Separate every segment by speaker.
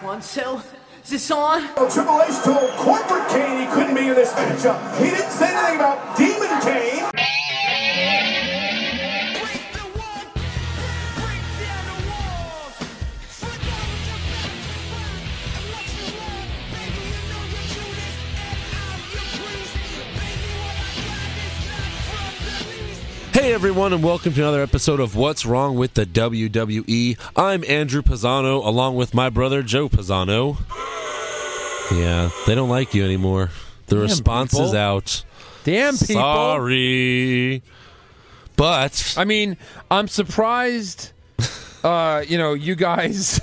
Speaker 1: One cell. Is this on?
Speaker 2: Well, Triple H told Corporate Kane he couldn't be in this matchup. He didn't say anything about Demon Kane.
Speaker 3: Break the wall, break down the walls. Slip out with your back to burn and watch me run. Baby, you know your cuteness, and I'm your priest. Baby, what I got is not from the least.
Speaker 4: Hey everyone, and welcome to another episode of What's Wrong with the WWE. I'm Andrew Pisano, along with my brother Joe Pisano. Yeah, they don't like you anymore. The response is
Speaker 5: people.
Speaker 4: out.
Speaker 5: Damn people.
Speaker 4: Sorry, but
Speaker 5: I mean, I'm surprised. Uh, you know, you guys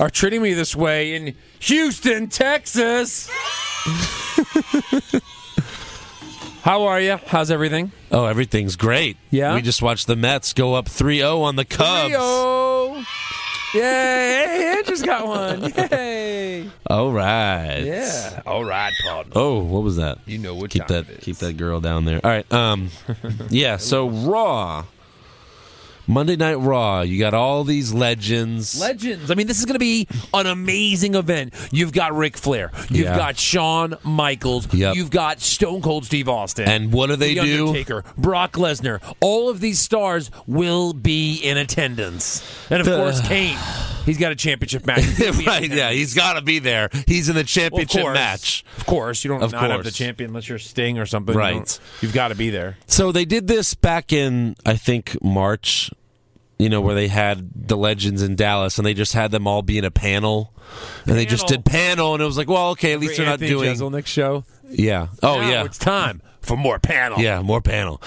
Speaker 5: are treating me this way in Houston, Texas. How are you? How's everything?
Speaker 4: oh, everything's great.
Speaker 5: Yeah? oh.
Speaker 4: we just watched the Mets go up 3-0 on the Cubs.
Speaker 5: Leo. Yay! Hey, Andrew's got one. Yay!
Speaker 4: All right.
Speaker 5: Yeah. All right, partner.
Speaker 4: Oh, what was that?
Speaker 5: You know what
Speaker 4: keep
Speaker 5: time
Speaker 4: that
Speaker 5: it is.
Speaker 4: keep that girl down there. All right. Um yeah, so Raw Monday Night Raw, you got all these legends.
Speaker 5: Legends. I mean, this is going to be an amazing event. You've got Ric Flair. You've
Speaker 4: Yeah.
Speaker 5: got Shawn Michaels.
Speaker 4: Yep.
Speaker 5: You've got Stone Cold Steve Austin.
Speaker 4: and what do they
Speaker 5: The
Speaker 4: do?
Speaker 5: Undertaker, Brock Lesnar, all of these stars will be in attendance. And of
Speaker 4: The-
Speaker 5: course, Kane. He's got a championship match. He's gonna be in
Speaker 4: right,
Speaker 5: attendance.
Speaker 4: yeah, he's got to be there. He's in the
Speaker 5: Well, of
Speaker 4: championship
Speaker 5: course.
Speaker 4: match.
Speaker 5: Of course, you don't
Speaker 4: Of
Speaker 5: not have the
Speaker 4: course.
Speaker 5: champion unless you're Sting or something. You
Speaker 4: Right.
Speaker 5: don't- You've got to be there.
Speaker 4: So they did this back in I think March, you know, where they had the legends in Dallas and they just had them all be in a panel. And they just
Speaker 5: Panel.
Speaker 4: did panel and it was like, well, okay, at least they're not
Speaker 5: Anthony
Speaker 4: doing
Speaker 5: Jeselnik's show.
Speaker 4: Yeah. Oh
Speaker 5: Now
Speaker 4: yeah.
Speaker 5: it's time for more panel.
Speaker 4: Yeah, more panel.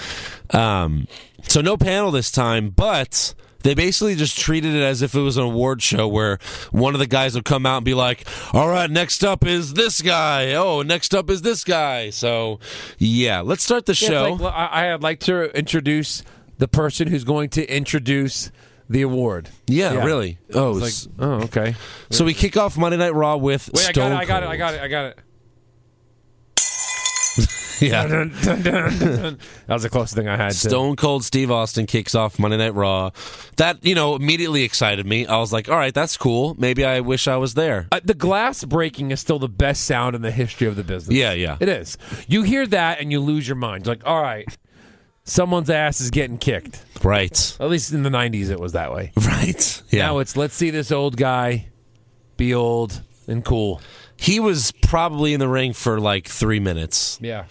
Speaker 4: Um, so no panel this time, but they basically just treated it as if it was an award show where one of the guys would come out and be like, "All right, next up is this guy. Oh, next up is this guy." So yeah, let's start the
Speaker 5: Yeah, it's
Speaker 4: show.
Speaker 5: like, well, I, I'd like to introduce the person who's going to introduce the award.
Speaker 4: yeah,
Speaker 5: yeah.
Speaker 4: really. Oh,
Speaker 5: It's
Speaker 4: s-
Speaker 5: like, oh, okay.
Speaker 4: so we kick off Monday Night Raw with
Speaker 5: Wait,
Speaker 4: Stone
Speaker 5: I got it.
Speaker 4: Cold.
Speaker 5: I got it. I got it. I
Speaker 4: Yeah.
Speaker 5: got it. Dun, dun, dun, dun. That was the closest thing I had. to-
Speaker 4: Stone Cold Steve Austin kicks off Monday Night Raw. That, you know, immediately excited me. I was like, all right, that's cool. Maybe I wish I was there.
Speaker 5: Uh, the glass breaking is still the best sound in the history of the business.
Speaker 4: Yeah, yeah.
Speaker 5: It is. You hear that and you lose your mind. You're like, all right, someone's ass is getting kicked.
Speaker 4: Right.
Speaker 5: At least in the 90s, it was that way.
Speaker 4: Right. Yeah.
Speaker 5: Now it's let's see this old guy be old and cool.
Speaker 4: he was probably in the ring for like three minutes.
Speaker 5: Yeah.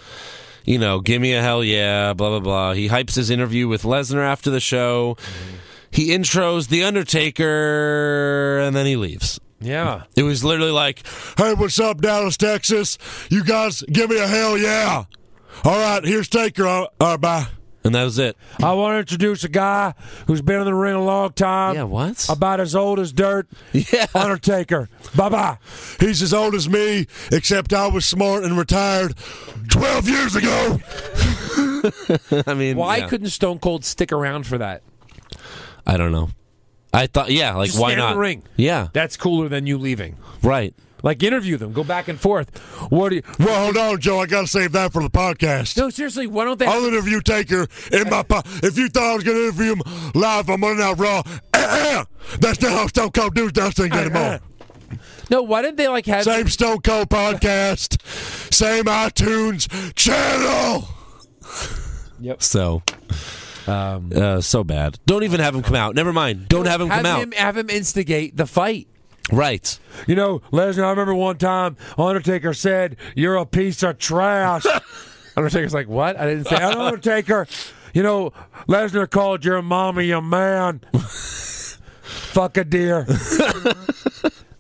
Speaker 4: You know, give me a hell yeah, blah, blah, blah. He hypes his interview with Lesnar after the show. He intros The Undertaker, and then he leaves.
Speaker 5: Yeah.
Speaker 4: It was literally like, hey, what's up, Dallas, Texas? You guys, give me a hell yeah. All right, here's Taker. All right, bye. And that was it.
Speaker 5: I want to introduce a guy who's been in the ring a long time.
Speaker 4: Yeah, what?
Speaker 5: About as old as dirt.
Speaker 4: Yeah.
Speaker 5: Undertaker. Bye bye.
Speaker 4: He's as old as me, except I was smart and retired 12 years ago. I mean,
Speaker 5: Why
Speaker 4: yeah.
Speaker 5: couldn't Stone Cold stick around for that?
Speaker 4: I don't know. I thought, yeah, like
Speaker 5: Just
Speaker 4: why
Speaker 5: stand in
Speaker 4: not?
Speaker 5: the ring.
Speaker 4: Yeah,
Speaker 5: That's cooler than you leaving.
Speaker 4: right.
Speaker 5: Like interview them, go back and forth. What do you?
Speaker 6: Well, hold on, Joe. I got to save that for the podcast.
Speaker 5: No, seriously, why don't they?
Speaker 6: I'll interview Taker in my po- If you thought I was going to interview him live on Monday Night Raw, eh, eh, that's not how Stone Cold does those
Speaker 5: Uh-huh.
Speaker 6: things anymore.
Speaker 5: no, why didn't they like have?
Speaker 6: Same Stone Cold podcast, same iTunes channel.
Speaker 4: So, uh, so bad. Don't even have him come out. Never mind. Don't have him
Speaker 5: Um, have
Speaker 4: come out.
Speaker 5: him have him instigate the fight.
Speaker 4: Right.
Speaker 5: You know, Lesnar. I remember one time Undertaker said, "You're a piece of trash." Undertaker's like, "What? I didn't say." Undertaker. You know, Lesnar called your mommy a man. Fuck a deer.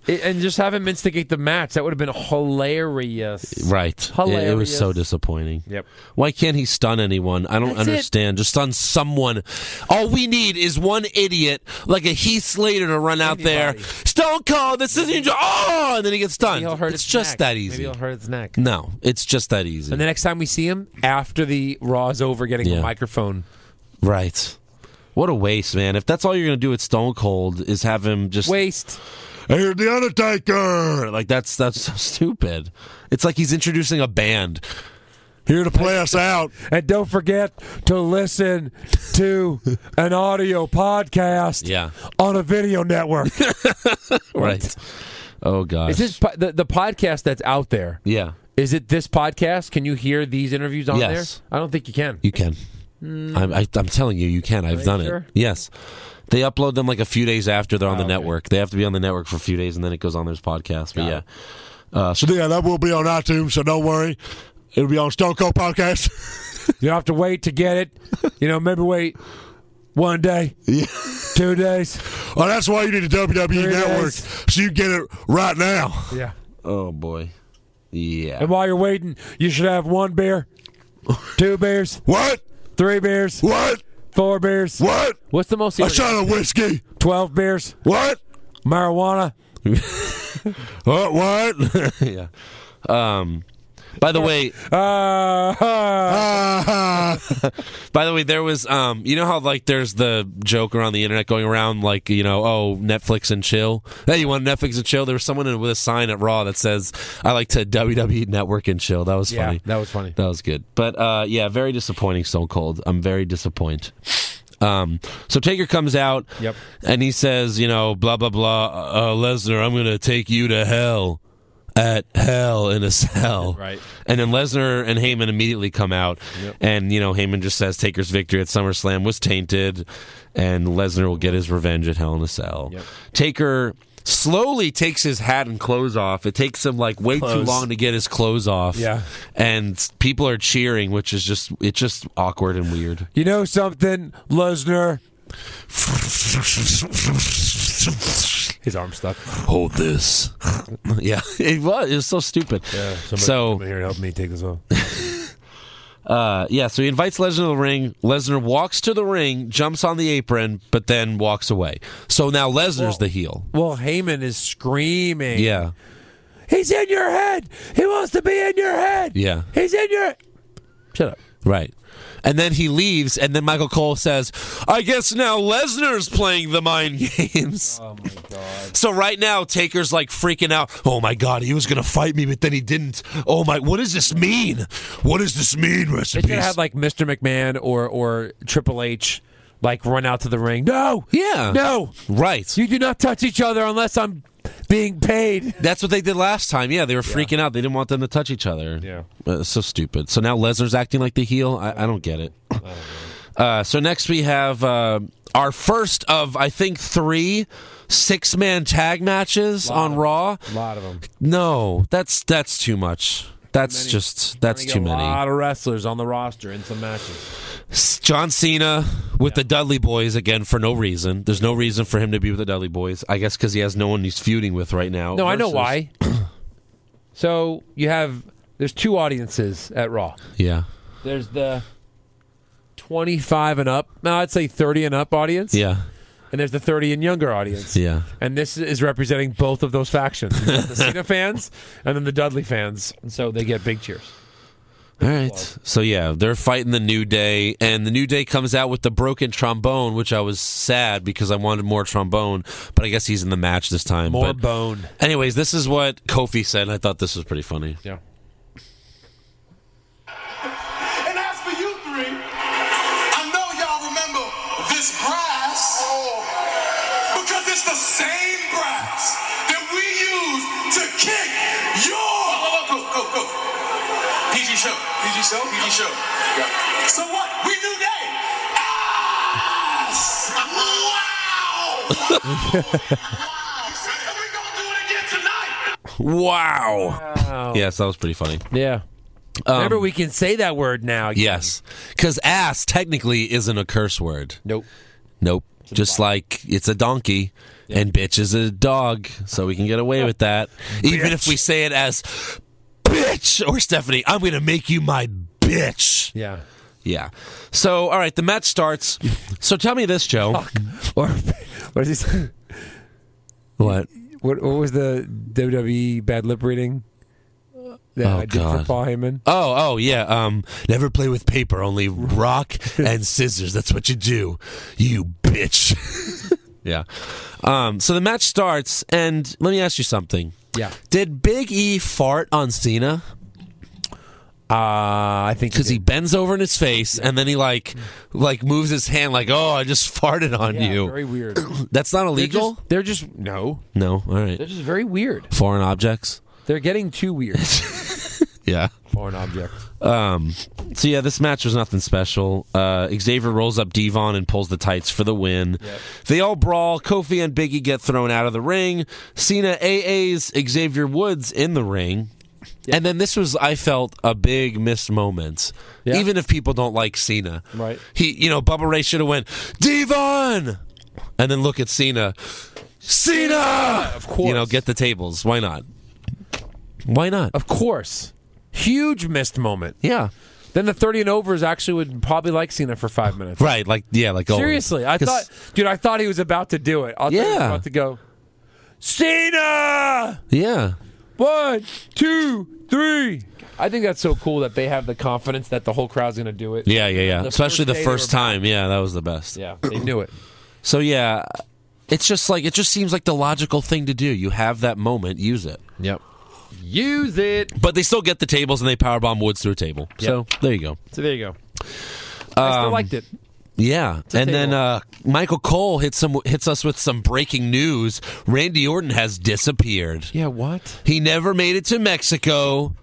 Speaker 5: and just have him instigate the match. That would have been hilarious.
Speaker 4: Right. It, it was so
Speaker 5: Hilarious.
Speaker 4: disappointing.
Speaker 5: Yep.
Speaker 4: Why can't he stun anyone? I don't
Speaker 5: That's it.
Speaker 4: understand. Just stun someone. All we need is one idiot like a Heath Slater to run out there.
Speaker 5: Anybody.
Speaker 4: Stone Cold. This isn't your. Oh, and then he gets stunned.
Speaker 5: Maybe he'll hurt
Speaker 4: it's
Speaker 5: his
Speaker 4: just
Speaker 5: neck.
Speaker 4: that
Speaker 5: Maybe
Speaker 4: easy.
Speaker 5: he'll hurt his neck.
Speaker 4: No, it's just that easy.
Speaker 5: And the next time we see him, after the Raw's over, getting
Speaker 4: Yeah.
Speaker 5: a microphone.
Speaker 4: Right. What a waste, man. If that's all you're going to do with Stone Cold is have him just
Speaker 5: Waste.
Speaker 6: Here's the Undertaker.
Speaker 4: like that's that's so stupid. It's like he's introducing a band.
Speaker 6: Here to play us out.
Speaker 5: And don't forget to listen to an audio podcast
Speaker 4: Yeah.
Speaker 5: on a video network.
Speaker 4: Right. Oh gosh.
Speaker 5: Is this po- the, the podcast that's out there?
Speaker 4: Yeah,
Speaker 5: Is it this podcast? Can you hear these interviews on
Speaker 4: Yes.
Speaker 5: there? I don't think you can.
Speaker 4: you can.
Speaker 7: Hmm.
Speaker 4: I'm, I, I'm telling you, you can. I've done
Speaker 5: sure?
Speaker 4: it. Yes. They upload them like a few days after they're on the network. They have to be on the network for a few days, and then it goes on this podcast. But yeah, uh, so
Speaker 7: So yeah, that will be on iTunes, so don't worry. It'll be on Stone Cold Podcast.
Speaker 8: You don't have to wait to get it. You know, maybe wait one day, two days.
Speaker 7: Oh, that's why you need the WWE E Network,
Speaker 8: days.
Speaker 7: so you get it right now.
Speaker 8: Yeah.
Speaker 4: oh boy, yeah.
Speaker 8: And while you're waiting, you should have one beer, two beers,
Speaker 7: What?
Speaker 8: three beers,
Speaker 7: What?
Speaker 8: four beers,
Speaker 7: What?
Speaker 5: What's the most?
Speaker 7: A
Speaker 5: Irritating?
Speaker 7: shot of whiskey.
Speaker 8: 12 beers,
Speaker 7: What?
Speaker 8: marijuana.
Speaker 7: What? What?
Speaker 4: yeah. Um. By the way,
Speaker 8: Uh,
Speaker 5: Ah,
Speaker 8: uh,
Speaker 7: uh,
Speaker 4: by the way, there was um. You know how like there's the joke around the internet going around like you know oh Netflix and chill. Hey, you want Netflix and chill? There was someone with a sign at Raw that says I like to WWE Network and chill. That was
Speaker 5: Yeah,
Speaker 4: funny.
Speaker 5: that was funny.
Speaker 4: That was good. But uh, yeah, very disappointing Stone Cold. I'm very disappointed. Um, so Taker comes out,
Speaker 5: Yep.
Speaker 4: and he says, you know, blah blah blah, uh, Lesnar, I'm gonna take you to hell, at hell in a cell,
Speaker 5: Right.
Speaker 4: And then Lesnar and Heyman immediately come out, and you know Heyman just says Taker's victory at SummerSlam was tainted, and Lesnar will get his revenge at Hell in a Cell. Taker slowly takes his hat and clothes off. It takes him like way too long to get his clothes off.
Speaker 8: Yeah.
Speaker 4: and people are cheering, which is just it's just awkward and weird.
Speaker 8: you know something, Lesnar?
Speaker 5: His arm stuck.
Speaker 4: Hold this. yeah, it was it was so stupid. so
Speaker 8: Come here and help me take this off.
Speaker 4: Uh, yeah, so he invites Lesnar to the ring. Lesnar walks to the ring, jumps on the apron, but then walks away. So now Lesnar's the heel.
Speaker 5: Well, Heyman is screaming.
Speaker 4: Yeah.
Speaker 5: He's in your head. He wants to be in your head.
Speaker 4: Yeah.
Speaker 5: He's in your. Shut up.
Speaker 4: Right. And then he leaves, and then Michael Cole says, I guess now Lesnar's playing the mind games. Oh, my God. So right now, Taker's like freaking out. Oh, my God, he was going to fight me, but then he didn't. Oh, my, what does this mean?
Speaker 7: what does this mean,
Speaker 5: They
Speaker 7: recipes?
Speaker 5: should have like Mr. McMahon or or Triple H, like run out to the ring. No.
Speaker 4: Yeah.
Speaker 5: No.
Speaker 4: Right.
Speaker 5: You do not touch each other unless I'm being paid.
Speaker 4: That's what they did last time. Yeah, they were freaking out. They didn't want them to touch each other. Yeah, uh, so stupid. So now Lesnar's acting like the heel. I, I don't get it. Uh, so next we have uh, our first of I think three six man tag matches on Raw.
Speaker 5: A lot of them.
Speaker 4: No, that's that's too much. That's just that's too
Speaker 5: A
Speaker 4: many.
Speaker 5: lot of wrestlers on the roster in some matches.
Speaker 4: S- John Cena with the Dudley Boys again for no reason. There's no reason for him to be with the Dudley Boys. I guess because he has no one he's feuding with right now.
Speaker 5: No, I know
Speaker 4: versus-
Speaker 5: why. so you have there's two audiences at Raw.
Speaker 4: Yeah,
Speaker 5: There's the 25 and up. No, I'd say 30 and up audience.
Speaker 4: yeah,
Speaker 5: And there's the 30 and younger audience.
Speaker 4: yeah.
Speaker 5: And this is representing both of those factions. You've got the Cena fans and then the Dudley fans. And so they get big cheers.
Speaker 4: All right. So yeah, they're fighting the New Day, and the New Day comes out with the broken trombone, which I was sad because I wanted more trombone, but I guess he's in the match this time.
Speaker 5: More
Speaker 4: but
Speaker 5: bone.
Speaker 4: anyways, this is what Kofi said. and I thought this was pretty funny.
Speaker 5: Yeah.
Speaker 9: And as for you three, I know y'all remember this brass because it's the same brass that we use to kick your. Go, go, go. PG show. PG show. PG show. So what? We new day. Ass! Wow! and we gonna do it again tonight.
Speaker 4: Wow. Yes, that was pretty funny.
Speaker 5: Yeah. Remember, we can say that word now.
Speaker 4: Yes, because ass technically isn't a curse word.
Speaker 5: Nope.
Speaker 4: Nope. Just like it's a donkey and bitch is a dog, so we can get away with that. Even if we say it as bitch or Stephanie, I'm going to make you my bitch.
Speaker 5: Yeah.
Speaker 4: Yeah. So, all right, the match starts. So tell me this, Joe.
Speaker 5: Or what is this?
Speaker 4: What?
Speaker 5: What, what was the WWE bad lip reading that
Speaker 4: Oh,
Speaker 5: I did for
Speaker 4: God.
Speaker 5: Paul Heyman?
Speaker 4: Oh, oh, yeah. Um, never play with paper, only rock and scissors. That's what you do, you bitch. yeah. Um, so the match starts, and let me ask you something.
Speaker 5: Yeah.
Speaker 4: Did Big E fart on Cena?
Speaker 5: Uh, I think
Speaker 4: because he
Speaker 5: did.
Speaker 4: bends over in his face and then he like like moves his hand like oh I just farted on
Speaker 5: Yeah,
Speaker 4: you.
Speaker 5: Very weird.
Speaker 4: That's not illegal.
Speaker 5: They're just, they're just no.
Speaker 4: no, all
Speaker 5: They're
Speaker 4: right.
Speaker 5: just very weird.
Speaker 4: Foreign objects.
Speaker 5: They're getting too weird.
Speaker 4: Yeah.
Speaker 5: Foreign objects.
Speaker 4: Um. So yeah, this match was nothing special. Uh, Xavier rolls up Devon and pulls the tights for the win. They all brawl. Kofi and Biggie get thrown out of the ring. Cena AA's Xavier Woods in the ring. And then this was, I felt, a big missed moment.
Speaker 5: Yeah.
Speaker 4: Even if people don't like Cena,
Speaker 5: Right.
Speaker 4: He, you know, Bubba Ray should have went Devon, and then look at Cena. Cena, of
Speaker 5: course.
Speaker 4: You know, get the tables. Why not? Why not?
Speaker 5: Of course. Huge missed moment.
Speaker 4: Yeah.
Speaker 5: Then the 30 and overs actually would probably like Cena for five minutes.
Speaker 4: Right, like yeah, like always.
Speaker 5: Seriously, I
Speaker 4: 'Cause-
Speaker 5: thought, dude, I thought he was about to do it. I thought he was
Speaker 4: Yeah.
Speaker 5: about to go, Cena!
Speaker 4: yeah,
Speaker 5: One, two, three. I think that's so cool that they have the confidence that the whole crowd's going to do it.
Speaker 4: yeah, yeah, yeah.
Speaker 5: The
Speaker 4: Especially
Speaker 5: first
Speaker 4: the
Speaker 5: day they
Speaker 4: first
Speaker 5: were-
Speaker 4: time. Yeah, that was the best.
Speaker 5: Yeah, they knew it.
Speaker 4: So yeah, it's just like it just seems like the logical thing to do. You have that moment, use it.
Speaker 5: Yep. Use it.
Speaker 4: But they still get the tables and they powerbomb Woods through a table. So there you go.
Speaker 5: So there you go. Um, I still liked it.
Speaker 4: Yeah, and then
Speaker 5: table.
Speaker 4: uh, Michael Cole hits some hits us with some breaking news. Randy Orton has disappeared.
Speaker 5: Yeah, what?
Speaker 4: He never made it to Mexico,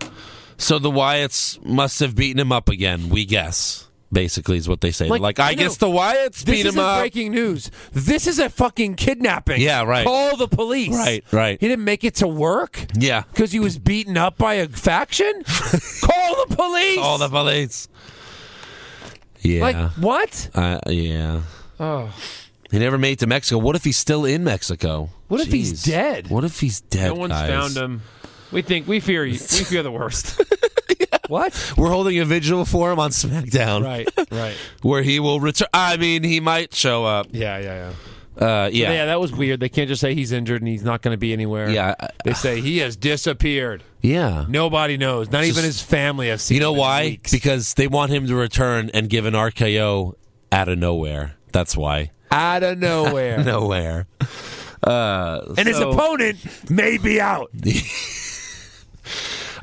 Speaker 4: so the Wyatts must have beaten him up again. We guess. Basically, is what they say. Like,
Speaker 5: Like,
Speaker 4: I,
Speaker 5: I know.
Speaker 4: guess the Wyatts
Speaker 5: This
Speaker 4: beat
Speaker 5: isn't
Speaker 4: him up.
Speaker 5: breaking news. This is a fucking kidnapping.
Speaker 4: Yeah, right.
Speaker 5: Call the police.
Speaker 4: Right, right.
Speaker 5: He didn't make it to work
Speaker 4: Yeah.
Speaker 5: because he was beaten up by a faction. Call the police.
Speaker 4: All the police. Yeah.
Speaker 5: like oh. what?
Speaker 4: uh, yeah. He never made it to Mexico. What if he's still in Mexico?
Speaker 5: What if he's
Speaker 4: Jeez.
Speaker 5: dead?
Speaker 4: What if he's dead?
Speaker 10: No one's
Speaker 4: guys?
Speaker 10: found him. We think we fear you. We fear the worst.
Speaker 5: What?
Speaker 4: We're holding a vigil for him on SmackDown,
Speaker 10: right. Right.
Speaker 4: Where he will return. I mean, he might show up.
Speaker 5: Yeah, yeah, yeah.
Speaker 4: Uh, yeah.
Speaker 5: Yeah, that was weird. They can't just say he's injured and he's not going to be anywhere.
Speaker 4: Yeah, I-
Speaker 5: They say he has disappeared.
Speaker 4: yeah.
Speaker 5: Nobody knows. Not even
Speaker 4: Just-
Speaker 5: his family have seen
Speaker 4: You know
Speaker 5: him in
Speaker 4: why?
Speaker 5: weeks.
Speaker 4: Because they want him to return and give an RKO out of nowhere. That's why.
Speaker 5: Out of nowhere.
Speaker 4: Nowhere.
Speaker 5: And his opponent may be out.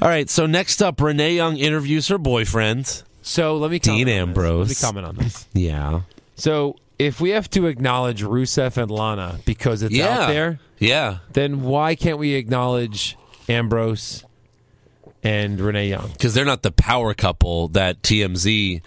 Speaker 4: All right. So next up, Renee Young interviews her boyfriend.
Speaker 5: So let me
Speaker 4: Dean
Speaker 5: comment on this.
Speaker 4: Ambrose.
Speaker 5: Let me comment on this.
Speaker 4: Yeah.
Speaker 5: So if we have to acknowledge Rusev and Lana because it's
Speaker 4: Yeah.
Speaker 5: out there,
Speaker 4: Yeah.
Speaker 5: then why can't we acknowledge Ambrose and Renee Young?
Speaker 4: because they're not the power couple that TMZ.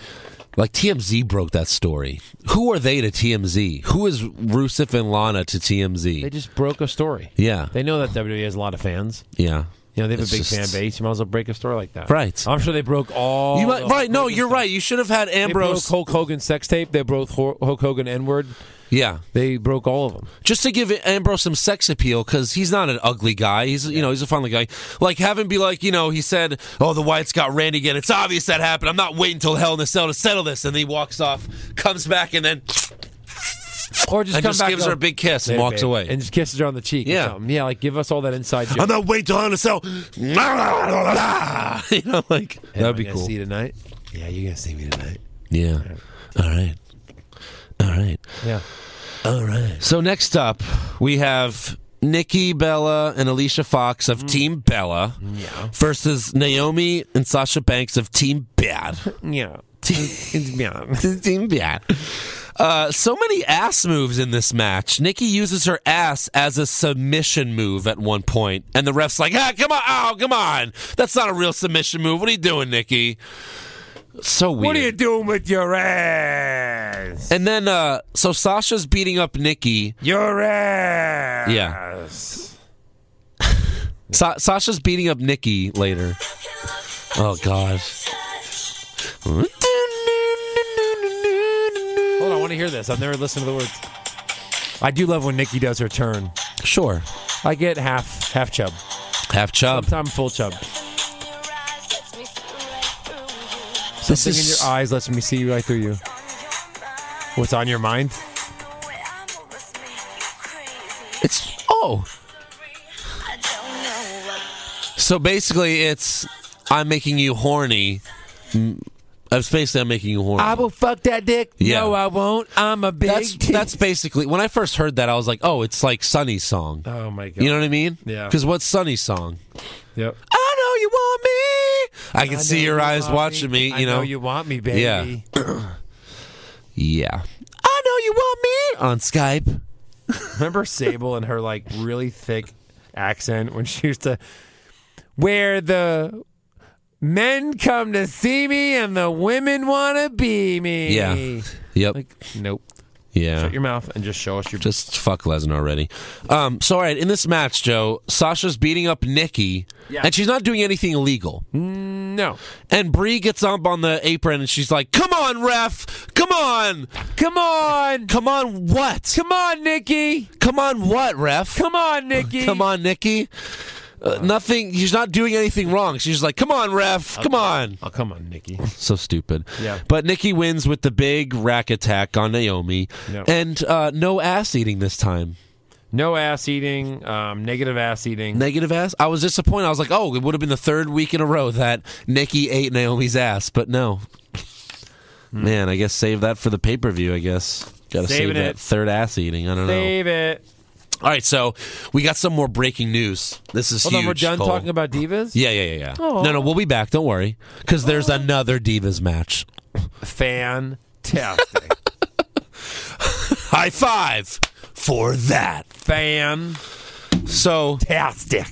Speaker 4: Like TMZ broke that story. Who are they to TMZ? Who is Rusev and Lana to
Speaker 5: They
Speaker 4: TMZ?
Speaker 5: just broke a story.
Speaker 4: Yeah,
Speaker 5: They know that WWE has a lot of fans.
Speaker 4: yeah.
Speaker 5: You know, they have
Speaker 4: It's
Speaker 5: a big
Speaker 4: just-
Speaker 5: fan base. You might as well break a story like that.
Speaker 4: Right.
Speaker 5: I'm sure they broke all.
Speaker 4: You
Speaker 5: the
Speaker 4: might, right? No,
Speaker 5: Hogan
Speaker 4: you're
Speaker 5: stuff.
Speaker 4: right. You should have had
Speaker 5: They broke
Speaker 4: Ambrose.
Speaker 5: Hulk Hogan's sex tape. They broke Ho- Hulk Hogan N word.
Speaker 4: Yeah,
Speaker 5: They broke all of them.
Speaker 4: just to give Ambrose some sex appeal because he's not an ugly guy. He's you know he's a funny guy. Like have him be like you know he said, oh the Whites got Randy again. It's obvious that happened. I'm not waiting till Hell in a Cell to settle this. And he walks off, comes back, and then
Speaker 5: Or just
Speaker 4: and
Speaker 5: come
Speaker 4: just
Speaker 5: back
Speaker 4: gives
Speaker 5: up.
Speaker 4: her a big kiss and
Speaker 5: Hey,
Speaker 4: walks
Speaker 5: babe.
Speaker 4: away.
Speaker 5: and just kisses her on the cheek.
Speaker 4: Yeah.
Speaker 5: or something. yeah. Like give us all that inside joke.
Speaker 4: I'm not waiting till Hell in a Cell. you know, like
Speaker 5: Hey,
Speaker 4: that'd
Speaker 5: am I
Speaker 4: be
Speaker 5: gonna
Speaker 4: cool.
Speaker 5: See you tonight? Yeah, you're gonna see me tonight.
Speaker 4: Yeah. All right. All right.
Speaker 5: Yeah.
Speaker 4: All right. So next up, we have Nikki Bella and Alicia Fox of Team Bella versus Naomi and Sasha Banks of Team Bad.
Speaker 5: Yeah.
Speaker 4: Team Bad. Uh, so many ass moves in this match. Nikki uses her ass as a submission move at one point, and the ref's like, "Ah, come on, oh, come on, that's not a real submission move. What are you doing, Nikki?" So weird.
Speaker 5: What are you doing with your ass?
Speaker 4: And then, uh, so Sasha's beating up Nikki.
Speaker 5: Your ass.
Speaker 4: Yeah. Sa- Sasha's beating up Nikki later. Oh gosh.
Speaker 5: Hold on, I want to hear this. I've never listened to the words. I do love when Nikki does her turn.
Speaker 4: Sure.
Speaker 5: I get half half chub.
Speaker 4: Half chub.
Speaker 5: Sometimes full chub.
Speaker 4: This
Speaker 5: Something in your eyes lets me see right through you. What's on your mind?
Speaker 4: It's oh. So basically, it's I'm making you horny. Mm, It's basically I'm making you horny.
Speaker 5: I will fuck that dick.
Speaker 4: Yeah.
Speaker 5: No, I won't. I'm a big.
Speaker 4: that's
Speaker 5: dick.
Speaker 4: that's basically when I first heard that I was like, oh, it's like Sunny's song.
Speaker 5: Oh my god.
Speaker 4: You know what I mean?
Speaker 5: Yeah.
Speaker 4: Because what's Sunny's song?
Speaker 5: Yep.
Speaker 4: I know you want me. I can see your eyes watching me. You
Speaker 5: I know,
Speaker 4: know,
Speaker 5: you want me, baby.
Speaker 4: yeah. I know you want me on Skype.
Speaker 5: Remember Sable and her like really thick accent when she used to where the men come to see me and the women want to be me.
Speaker 4: Yeah. Yep.
Speaker 5: Like nope.
Speaker 4: yeah.
Speaker 5: Shut your mouth and just show us your
Speaker 4: Just fuck Lesnar already. Um, so, all right, in this match, Joe, Sasha's beating up Nikki, and she's not doing anything illegal.
Speaker 5: no.
Speaker 4: And Brie gets up on the apron, and she's like, "Come on, ref! Come on! Come on! Come on! What?
Speaker 5: Come on, Nikki.
Speaker 4: Come on! What, ref?
Speaker 5: Come on, Nikki.
Speaker 4: Come on, Nikki! Uh, nothing. She's not doing anything wrong. She's just like, "Come on, ref! Come on!"
Speaker 5: Oh, come on, Nikki.
Speaker 4: So stupid.
Speaker 5: Yeah.
Speaker 4: But Nikki wins with the big rack attack on Naomi,
Speaker 5: Yeah.
Speaker 4: and uh, no ass eating this time.
Speaker 5: No ass eating, um, negative ass eating.
Speaker 4: negative ass. I was disappointed. I was like, oh, it would have been the third week in a row that Nikki ate Naomi's ass, but no. Man, I guess save that for the pay per view. I guess gotta
Speaker 5: Saving
Speaker 4: save that
Speaker 5: it.
Speaker 4: third ass eating. I don't
Speaker 5: Save it.
Speaker 4: know. All right, so we got some more breaking news. This is
Speaker 5: Hold
Speaker 4: huge.
Speaker 5: on, we're done
Speaker 4: Cole.
Speaker 5: talking about divas?
Speaker 4: Yeah, yeah, yeah, yeah. No, no, we'll be back. Don't worry, because there's another divas match.
Speaker 5: Fantastic.
Speaker 4: High five for that.
Speaker 5: Fantastic.
Speaker 4: So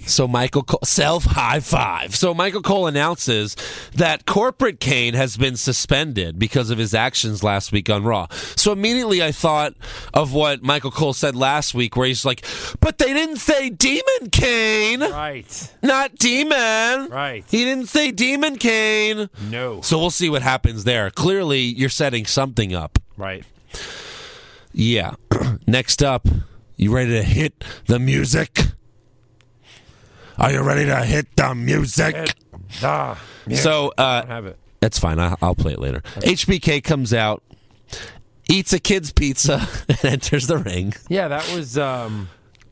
Speaker 4: So Michael Cole, self high five. So Michael Cole announces that corporate Kane has been suspended because of his actions last week on Raw. So immediately I thought of what Michael Cole said last week, where he's like, "But they didn't say Demon Kane,
Speaker 5: Right.
Speaker 4: not Demon.
Speaker 5: Right.
Speaker 4: He didn't say Demon Kane."
Speaker 5: No.
Speaker 4: So we'll see what happens there. Clearly, you're setting something up.
Speaker 5: Right.
Speaker 4: Yeah. Next up, you ready to hit the music?
Speaker 7: Are you ready to hit the music?
Speaker 5: Ah,
Speaker 4: So uh,
Speaker 5: have it.
Speaker 4: That's fine. I, I'll play it later. HBK comes out, eats a kid's pizza, and enters the ring.
Speaker 5: Yeah, that was um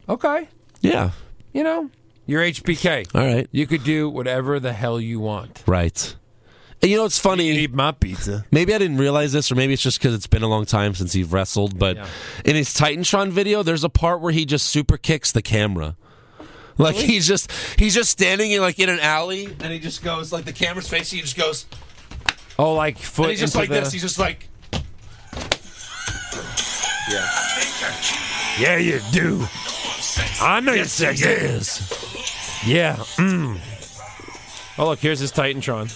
Speaker 5: okay.
Speaker 4: Yeah.
Speaker 5: You know, you're HBK.
Speaker 4: All right.
Speaker 5: You could do whatever the hell you want.
Speaker 4: Right. And you know, it's funny.
Speaker 5: my pizza.
Speaker 4: Maybe I didn't realize this, or maybe it's just because it's been a long time since he wrestled. But
Speaker 5: Yeah.
Speaker 4: in his Titantron video, there's a part where he just super kicks the camera. Like he's just he's just standing in like in an alley, and he just goes like the camera's facing. He just goes.
Speaker 5: Oh, like foot
Speaker 4: And he's just
Speaker 5: into
Speaker 4: like
Speaker 5: the-
Speaker 4: this. He's just like.
Speaker 8: Yeah, you do. I know you're sexy.
Speaker 5: yeah. Mm. Oh, look, here's his Titantron.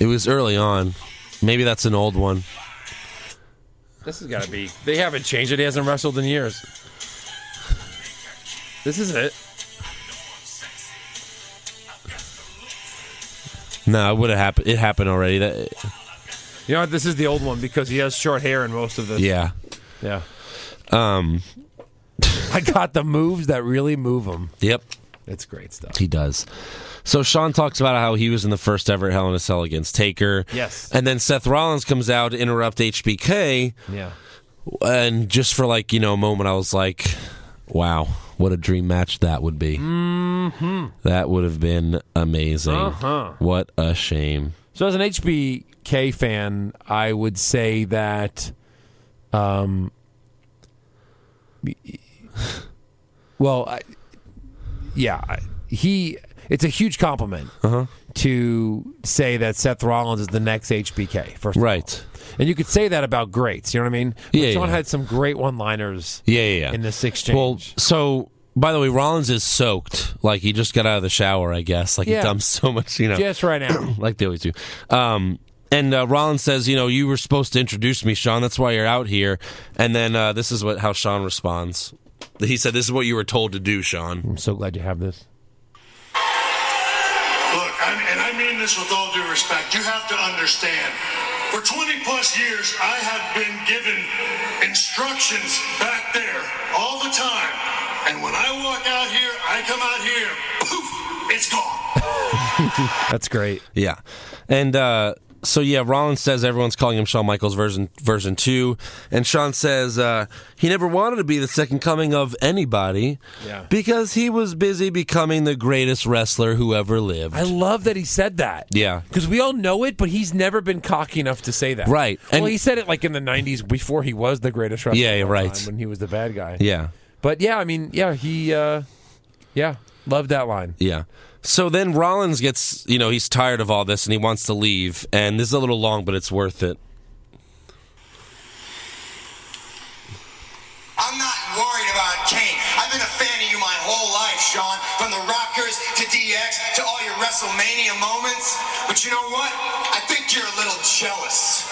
Speaker 4: It was early on. Maybe that's an old one.
Speaker 5: This has got to be. They haven't changed it. He hasn't wrestled in years. This is it.
Speaker 4: No, it would have happened. It happened already. That
Speaker 5: You know what? This is the old one because he has short hair in most of this.
Speaker 4: yeah.
Speaker 5: Yeah.
Speaker 4: Um.
Speaker 5: I got the moves that really move him.
Speaker 4: Yep.
Speaker 5: It's great stuff.
Speaker 4: He does. So Sean talks about how he was in the first ever Hell in a Cell against Taker.
Speaker 5: Yes.
Speaker 4: And then Seth Rollins comes out to interrupt HBK,
Speaker 5: Yeah.
Speaker 4: and just for like you know a moment, I was like, "Wow, what a dream match that would be. Mm-hmm. That would have been amazing.
Speaker 5: Uh-huh.
Speaker 4: What a shame."
Speaker 5: So as an HBK fan, I would say that, um, well, I, yeah, I- he. It's a huge compliment to say that Seth Rollins is the next HBK. First, of
Speaker 4: Right.
Speaker 5: all. and you could say that about greats. You know what I mean? But
Speaker 4: Yeah,
Speaker 5: Sean
Speaker 4: yeah.
Speaker 5: had some great one-liners
Speaker 4: Yeah, yeah, yeah.
Speaker 5: in this exchange.
Speaker 4: well, so by the way, Rollins is soaked. Like he just got out of the shower, I guess. Like
Speaker 5: Yeah.
Speaker 4: he dumps so much, you know.
Speaker 5: just right now,
Speaker 4: like they always do. Um, and uh, Rollins says, "You know, you were supposed to introduce me, Sean. That's why you're out here." And then uh, this is what how Sean responds. He said, "This is what you were told to do, Sean."
Speaker 5: I'm so glad you have this.
Speaker 9: Look, i and I mean this with all due respect. You have to understand. For 20 plus years, I have been given instructions back there all the time. And when I walk out here, I come out here, poof, it's gone.
Speaker 5: That's great.
Speaker 4: Yeah, and uh, so yeah, Rollins says everyone's calling him Shawn Michaels version version two, and Sean says uh, he never wanted to be the second coming of anybody,
Speaker 5: Yeah.
Speaker 4: because he was busy becoming the greatest wrestler who ever lived.
Speaker 5: I love that he said that.
Speaker 4: Yeah.
Speaker 5: Because we all know it, but he's never been cocky enough to say that.
Speaker 4: Right.
Speaker 5: Well,
Speaker 4: And-
Speaker 5: he said it like in the 90s before he was the greatest wrestler.
Speaker 4: Yeah,
Speaker 5: of all
Speaker 4: right.
Speaker 5: time, when he was the bad guy.
Speaker 4: yeah,
Speaker 5: But yeah, I mean, yeah, he, uh, yeah. Love that line.
Speaker 4: Yeah. So then Rollins gets, you know, he's tired of all this and he wants to leave. And this is a little long, but it's worth it.
Speaker 9: I'm not worried about Kane. I've been a fan of you my whole life, Sean. From the Rockers to DX to all your WrestleMania moments. But you know what? I think you're a little jealous.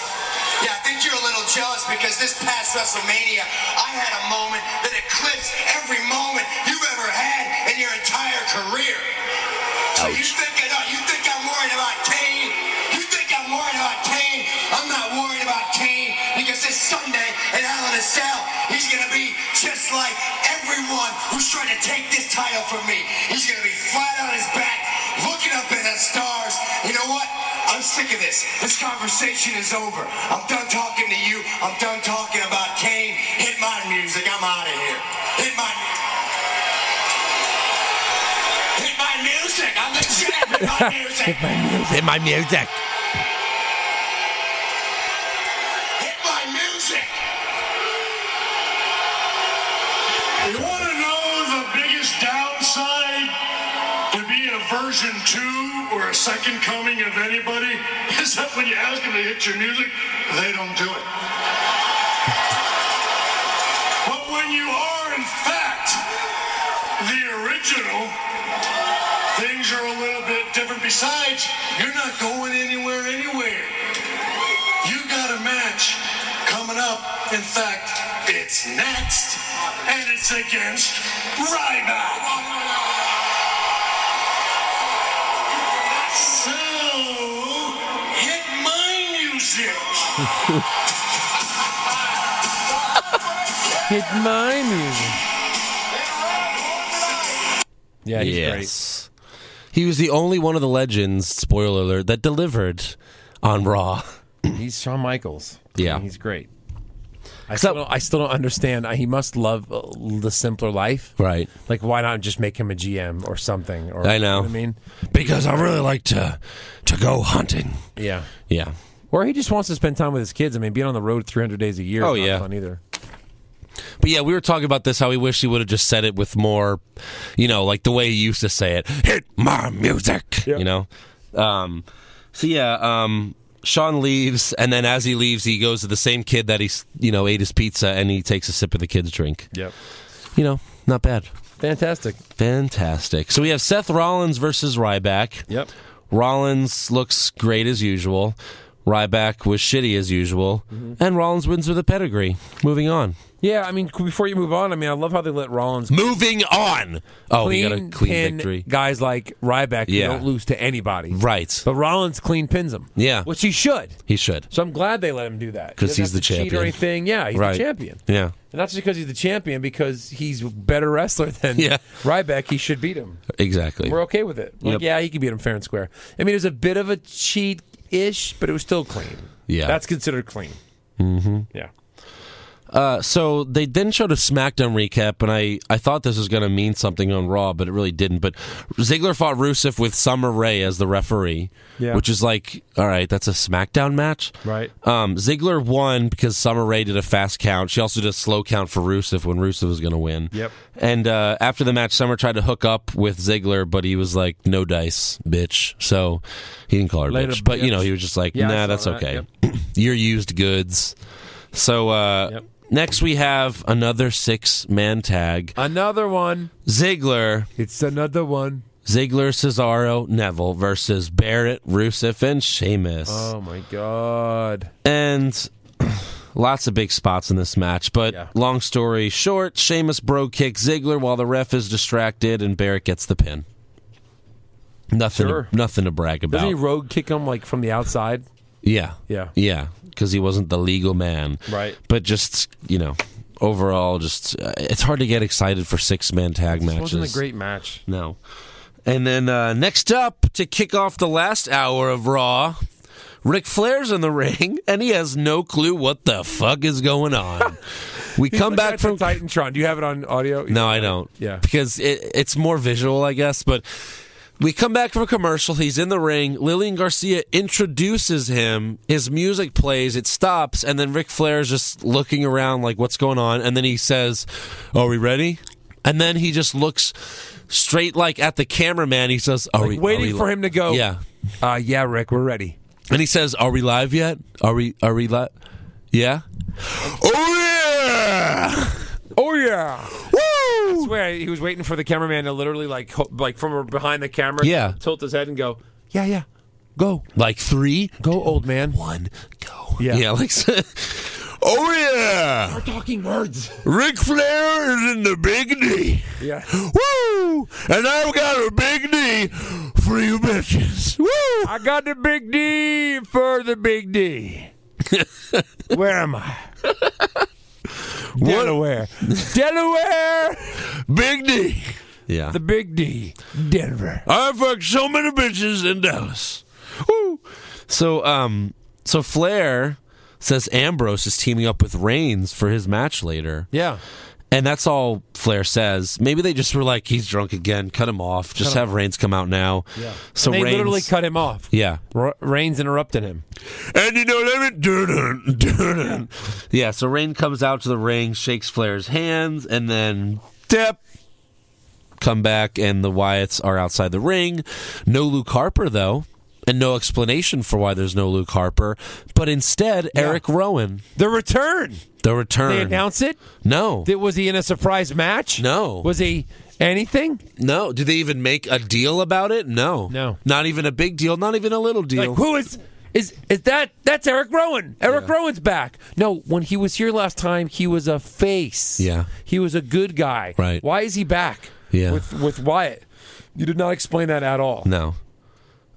Speaker 9: Yeah, I think you're a little jealous because this past WrestleMania, I had a moment that eclipsed every moment you've ever had in your entire career. So you think I don't, you think I'm worried about Kane? You think I'm worried about Kane? I'm not worried about Kane because this Sunday at Hell in a Cell, he's gonna be just like everyone who's trying to take this title from me. He's gonna be flat on his back, looking up at the stars. You know what? I'm sick of this. This conversation is over. I'm done talking to you. I'm done talking about Kane. Hit my music. I'm out of here. Hit my Hit my music. I'm the champ. Hit my music.
Speaker 4: Hit my music.
Speaker 9: Hit my music.
Speaker 2: You want to know the biggest downside to being a version two or a second coming of anybody? Is that when you ask them to hit your music, they don't do it. But when you are, in fact, the original, things are a little bit different. Besides, you're not going anywhere anywhere. You got a match coming up. In fact, it's next, and it's against Ryback. So, hit my music.
Speaker 5: Hit my music. Yeah, he's
Speaker 4: yes. He was the only one of the legends, spoiler alert, that delivered on Raw.
Speaker 5: great. He's Shawn Michaels.
Speaker 4: Yeah.
Speaker 5: he's great. I
Speaker 4: So-
Speaker 5: still, don't, I still don't understand. I- He must love uh, the simpler life.
Speaker 4: Right.
Speaker 5: Like, why not just make him a GM or something? Or
Speaker 4: I know.
Speaker 5: you what I mean,
Speaker 4: Because I really like to to go hunting.
Speaker 5: yeah.
Speaker 4: Yeah.
Speaker 5: Or he just wants to spend time with his kids. I mean, being on the road 300 days a year
Speaker 4: Oh,
Speaker 5: is not
Speaker 4: yeah.
Speaker 5: fun either.
Speaker 4: But yeah, we were talking about this how we wish he would have just said it with more, you know, like the way he used to say it. Hit my music, you know. Um, so yeah, um, Sean leaves, and then as he leaves, he goes to the same kid that he, s- you know, ate his pizza, and he takes a sip of the kid's drink.
Speaker 5: Yep.
Speaker 4: You know, not bad,
Speaker 5: Fantastic.
Speaker 4: fantastic. So we have Seth Rollins versus Ryback.
Speaker 5: Yep.
Speaker 4: Rollins looks great as usual. Ryback was shitty as usual, and Rollins wins with a pedigree. Moving on.
Speaker 5: Yeah, I mean, c- before you move on, I mean, I love how they let Rollins
Speaker 4: Moving on. Oh, he got a clean
Speaker 5: pin
Speaker 4: victory.
Speaker 5: guys like Ryback who
Speaker 4: Yeah.
Speaker 5: don't lose to anybody.
Speaker 4: Right.
Speaker 5: But Rollins clean pins him.
Speaker 4: Yeah.
Speaker 5: Which he should.
Speaker 4: He should.
Speaker 5: So I'm glad they let him do that. He
Speaker 4: 'Cause
Speaker 5: doesn't
Speaker 4: he's the
Speaker 5: have to Cheat or
Speaker 4: champion.
Speaker 5: anything. Yeah, he's
Speaker 4: Right.
Speaker 5: the champion.
Speaker 4: Yeah.
Speaker 5: And not just because he's the champion, because he's a better wrestler than
Speaker 4: Yeah.
Speaker 5: Ryback. He should beat him.
Speaker 4: Exactly.
Speaker 5: We're okay with it. Like,
Speaker 4: Yep.
Speaker 5: yeah, he can beat him fair and square. I mean, it was a bit of a cheat ish, but it was still clean.
Speaker 4: Yeah.
Speaker 5: That's considered clean. Mm-hmm. Yeah.
Speaker 4: Uh, so they then showed a SmackDown recap, and I, I thought this was going to mean something on Raw, but it really didn't. But Ziggler fought Rusev with Summer Rae as the referee,
Speaker 5: Yeah.
Speaker 4: which is like, all right, that's a SmackDown match.
Speaker 5: Right.
Speaker 4: Um, Ziggler won because Summer Rae did a fast count. She also did a slow count for Rusev when Rusev was going to win.
Speaker 5: Yep.
Speaker 4: And uh, after the match, Summer tried to hook up with Ziggler, but he was like, no dice, bitch. So he didn't call her
Speaker 5: Later,
Speaker 4: bitch. But, you
Speaker 5: bitch.
Speaker 4: know, he was just like,
Speaker 5: Yeah, I
Speaker 4: nah,
Speaker 5: saw
Speaker 4: that's
Speaker 5: that.
Speaker 4: okay.
Speaker 5: Yep.
Speaker 4: You're used goods. So uh,
Speaker 5: Yep.
Speaker 4: next we have another six man tag:
Speaker 5: Another one.
Speaker 4: Ziggler,
Speaker 5: It's another one.
Speaker 4: Ziggler, Cesaro, Neville versus Barrett, Rusev, and Sheamus,
Speaker 5: Oh my god.
Speaker 4: and lots of big spots in this match. But
Speaker 5: Yeah.
Speaker 4: long story short, Sheamus bro kicks Ziggler while the ref is distracted, and Barrett gets the pin. Nothing,
Speaker 5: Sure.
Speaker 4: to, nothing to brag
Speaker 5: Doesn't he
Speaker 4: about.
Speaker 5: rogue kick him like from the outside?
Speaker 4: yeah,
Speaker 5: Yeah.
Speaker 4: yeah, because he wasn't the legal man.
Speaker 5: Right.
Speaker 4: but just you know overall just uh, it's hard to get excited for six man tag matches
Speaker 5: Wasn't a great match.
Speaker 4: no and then uh, next up to kick off the last hour of raw Ric Flair's in the ring and he has no clue what the fuck is going on. We come back
Speaker 5: That's from
Speaker 4: from
Speaker 5: Titantron. Do you have it on audio?
Speaker 4: no, I don't.
Speaker 5: Yeah.
Speaker 4: Because it, it's more visual, I guess. But we come back from a commercial. He's in the ring. Lillian Garcia introduces him. His music plays. It stops. And then Ric Flair is just looking around, like, what's going on? And then he says, Are we ready? And then he just looks straight like at the cameraman. He says, "Are we are
Speaker 5: waiting
Speaker 4: we
Speaker 5: for
Speaker 4: li-"
Speaker 5: him to go.
Speaker 4: Yeah,
Speaker 5: Uh, yeah, Rick, we're ready.
Speaker 4: and he says, "Are we live yet? Are we? Are we live? Yeah." Oh yeah!
Speaker 5: Oh yeah. I
Speaker 4: Woo!
Speaker 5: swear he was waiting for the cameraman to literally like ho- like from behind the camera
Speaker 4: Yeah.
Speaker 5: tilt his head and go, "Yeah, yeah. Go.
Speaker 4: Like three,
Speaker 5: Go, old man."
Speaker 4: one, go.
Speaker 5: Yeah.
Speaker 4: yeah like. oh yeah!
Speaker 5: We're talking words.
Speaker 4: Ric Flair is in the big D.
Speaker 5: Yeah.
Speaker 4: Woo! And I've got a big D for you bitches. Woo!
Speaker 5: I got the big D for the big D. Where am I? Delaware. Delaware.
Speaker 4: Big D. Yeah.
Speaker 5: The big D. Denver.
Speaker 4: I fucked so many bitches in Dallas. Woo! So um so Flair says Ambrose is teaming up with Reigns for his match later.
Speaker 5: Yeah.
Speaker 4: And that's all Flair says. Maybe they just were like, he's drunk again, cut him off, just have Reigns come out now. Yeah. So
Speaker 5: They
Speaker 4: Reigns
Speaker 5: literally cut him off.
Speaker 4: Yeah.
Speaker 5: Re- Reigns interrupted him.
Speaker 4: And you know what I mean? Dun-dun, dun-dun. Yeah, so Rain comes out to the ring, shakes Flair's hands, and then dip. Come back, and the Wyatts are outside the ring. No Luke Harper, though, and no explanation for why there's no Luke Harper, but instead, Eric Rowan,
Speaker 5: The return.
Speaker 4: the return.
Speaker 5: They announce it.
Speaker 4: no.
Speaker 5: Did- Was he in a surprise match?
Speaker 4: No.
Speaker 5: Was he anything?
Speaker 4: no. Did they even make a deal about it? No.
Speaker 5: No.
Speaker 4: Not even a big deal, not even a little deal.
Speaker 5: Like who is is is that? That's Eric Rowan. Eric Rowan's back. No, when he was here last time, he was a face.
Speaker 4: Yeah.
Speaker 5: he was a good guy.
Speaker 4: Right.
Speaker 5: Why is he back?
Speaker 4: Yeah.
Speaker 5: with with Wyatt. You did not explain that at all.
Speaker 4: no.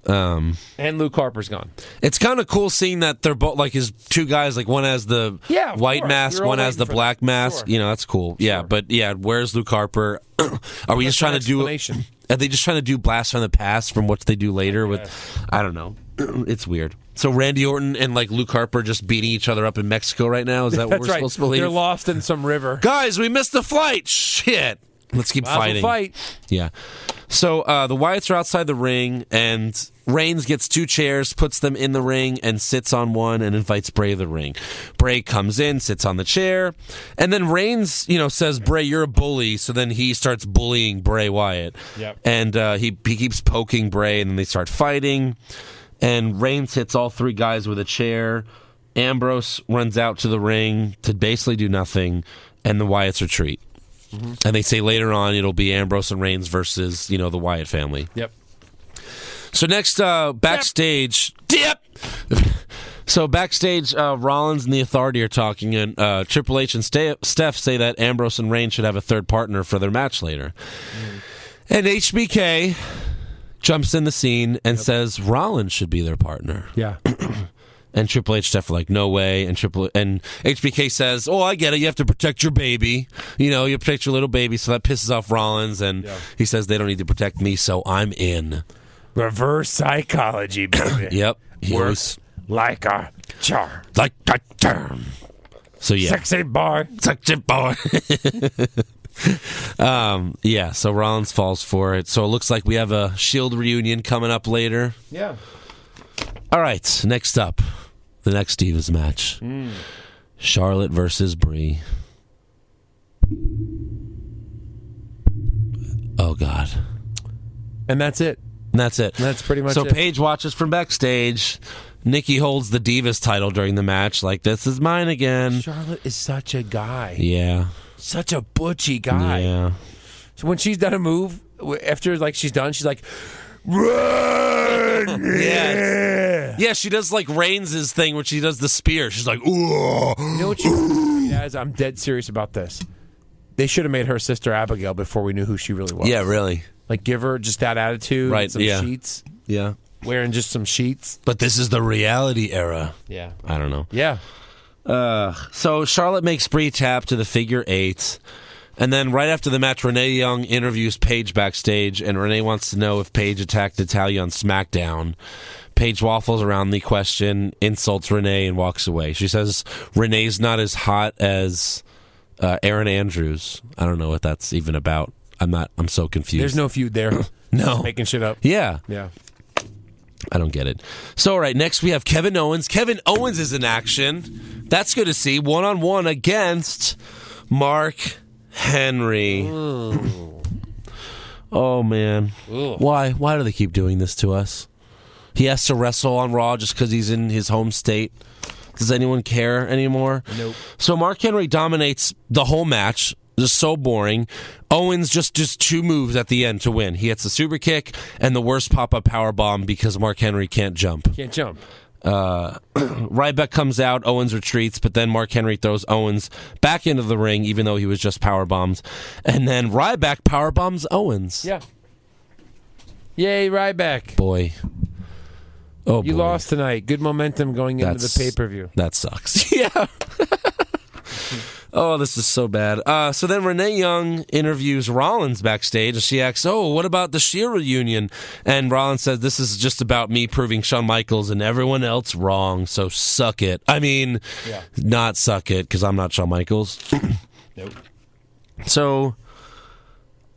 Speaker 4: Um,
Speaker 5: And Luke Harper's gone.
Speaker 4: It's kind of cool seeing that they're both like his two guys. Like one has the
Speaker 5: Yeah, of
Speaker 4: white
Speaker 5: course.
Speaker 4: mask,
Speaker 5: We were all
Speaker 4: one has
Speaker 5: waiting
Speaker 4: the
Speaker 5: for
Speaker 4: black
Speaker 5: that.
Speaker 4: mask.
Speaker 5: Sure.
Speaker 4: You know, that's cool. Yeah, but yeah, where's Luke Harper? Are we just
Speaker 5: an
Speaker 4: trying to do?
Speaker 5: explanation.
Speaker 4: Are they just trying to do blast from the past from what they do later with? I don't know. it's weird. So Randy Orton and like Luke Harper just beating each other up in Mexico right now. Is that what
Speaker 5: That's
Speaker 4: we're
Speaker 5: right.
Speaker 4: supposed to believe?
Speaker 5: They're lost in some river.
Speaker 4: Guys, we missed the flight. Shit. Let's keep
Speaker 5: Might as well
Speaker 4: fighting.
Speaker 5: Fight.
Speaker 4: Yeah. So uh, the Wyatts are outside the ring, and Reigns gets two chairs, puts them in the ring, and sits on one and invites Bray to the ring. Bray comes in, sits on the chair, and then Reigns, you know, says, Bray, you're a bully. So then he starts bullying Bray Wyatt.
Speaker 5: Yep.
Speaker 4: And uh, he, he keeps poking Bray, and then they start fighting. And Reigns hits all three guys with a chair. Ambrose runs out to the ring to basically do nothing, and the Wyatts retreat. And they say later on it'll be Ambrose and Reigns versus, you know, the Wyatt family.
Speaker 5: Yep.
Speaker 4: So next uh backstage Dip So backstage uh Rollins and the authority are talking and uh Triple H and Ste- Steph say that Ambrose and Reigns should have a third partner for their match later. And HBK jumps in the scene and says Rollins should be their partner.
Speaker 5: Yeah.
Speaker 4: And Triple H stuff like no way. And Triple and HBK says, "Oh, I get it. You have to protect your baby. You know, you protect your little baby." So that pisses off Rollins, and he says they don't need to protect me, so I'm in.
Speaker 5: Reverse psychology, baby.
Speaker 4: Yep, he
Speaker 5: Works
Speaker 4: always-
Speaker 5: like a charm.
Speaker 4: like that term. So yeah,
Speaker 5: Sexy boy.
Speaker 4: such a boy. um, yeah. So Rollins falls for it. So it looks like we have a Shield reunion coming up later.
Speaker 5: Yeah.
Speaker 4: All right, next up, the next Divas match:
Speaker 5: Hmm.
Speaker 4: Charlotte versus Brie. Oh God,
Speaker 5: And that's it.
Speaker 4: And that's it.
Speaker 5: That's pretty much
Speaker 4: So
Speaker 5: it.
Speaker 4: Paige watches from backstage. Nikki holds the Divas title during the match, like this is mine again.
Speaker 5: Charlotte is such a guy.
Speaker 4: Yeah,
Speaker 5: Such a butchy guy.
Speaker 4: yeah.
Speaker 5: So when she's done a move, w- after like she's done, she's like, run.
Speaker 4: Yes. Yeah, she does like Reigns' thing when she does the spear. She's like, ooh.
Speaker 5: You know what you guys? I'm dead serious about this. They should have made her sister Abigail before we knew who she really was.
Speaker 4: Yeah, really.
Speaker 5: like give her just that attitude, and
Speaker 4: Right,
Speaker 5: Some
Speaker 4: yeah.
Speaker 5: sheets,
Speaker 4: Yeah.
Speaker 5: wearing just some sheets.
Speaker 4: But this is the reality era.
Speaker 5: Yeah,
Speaker 4: I don't know.
Speaker 5: yeah.
Speaker 4: So Charlotte makes Bree tap to the figure eight. And then right after the match, Renee Young interviews Paige backstage, and Renee wants to know if Paige attacked Natalia on SmackDown. Paige waffles around the question, insults Renee, and walks away. She says Renee's not as hot as uh, Aaron Andrews. I don't know what that's even about. I'm not. I'm so confused.
Speaker 5: There's no feud there.
Speaker 4: No.
Speaker 5: making shit up.
Speaker 4: Yeah.
Speaker 5: Yeah,
Speaker 4: I don't get it. So, all right, next we have Kevin Owens. Kevin Owens is in action. That's good to see. One on one against Mark Henry. Oh man, why why do they keep doing this to us? He has to wrestle on Raw just because he's in his home state. Does anyone care anymore? Nope. So Mark Henry dominates the whole match. Just so boring. Owens just just two moves at the end to win. He hits the super kick and the worst pop up power bomb because Mark Henry can't jump.
Speaker 5: Can't jump.
Speaker 4: Ryback comes out, Owens retreats, but then Mark Henry throws Owens back into the ring, even though he was just power bombed, and then Ryback power bombs Owens.
Speaker 5: Yeah. Yay, Ryback.
Speaker 4: boy. Oh,
Speaker 5: You
Speaker 4: boy.
Speaker 5: lost tonight. Good momentum going into
Speaker 4: That's-
Speaker 5: the pay per view.
Speaker 4: That sucks. yeah. oh, this is so bad. Uh, so then Renee Young interviews Rollins backstage, and she asks, "Oh, what about the Sheer reunion?" And Rollins says, "This is just about me proving Shawn Michaels and everyone else wrong. So suck it. I mean, not suck it because I'm not Shawn Michaels." nope. So.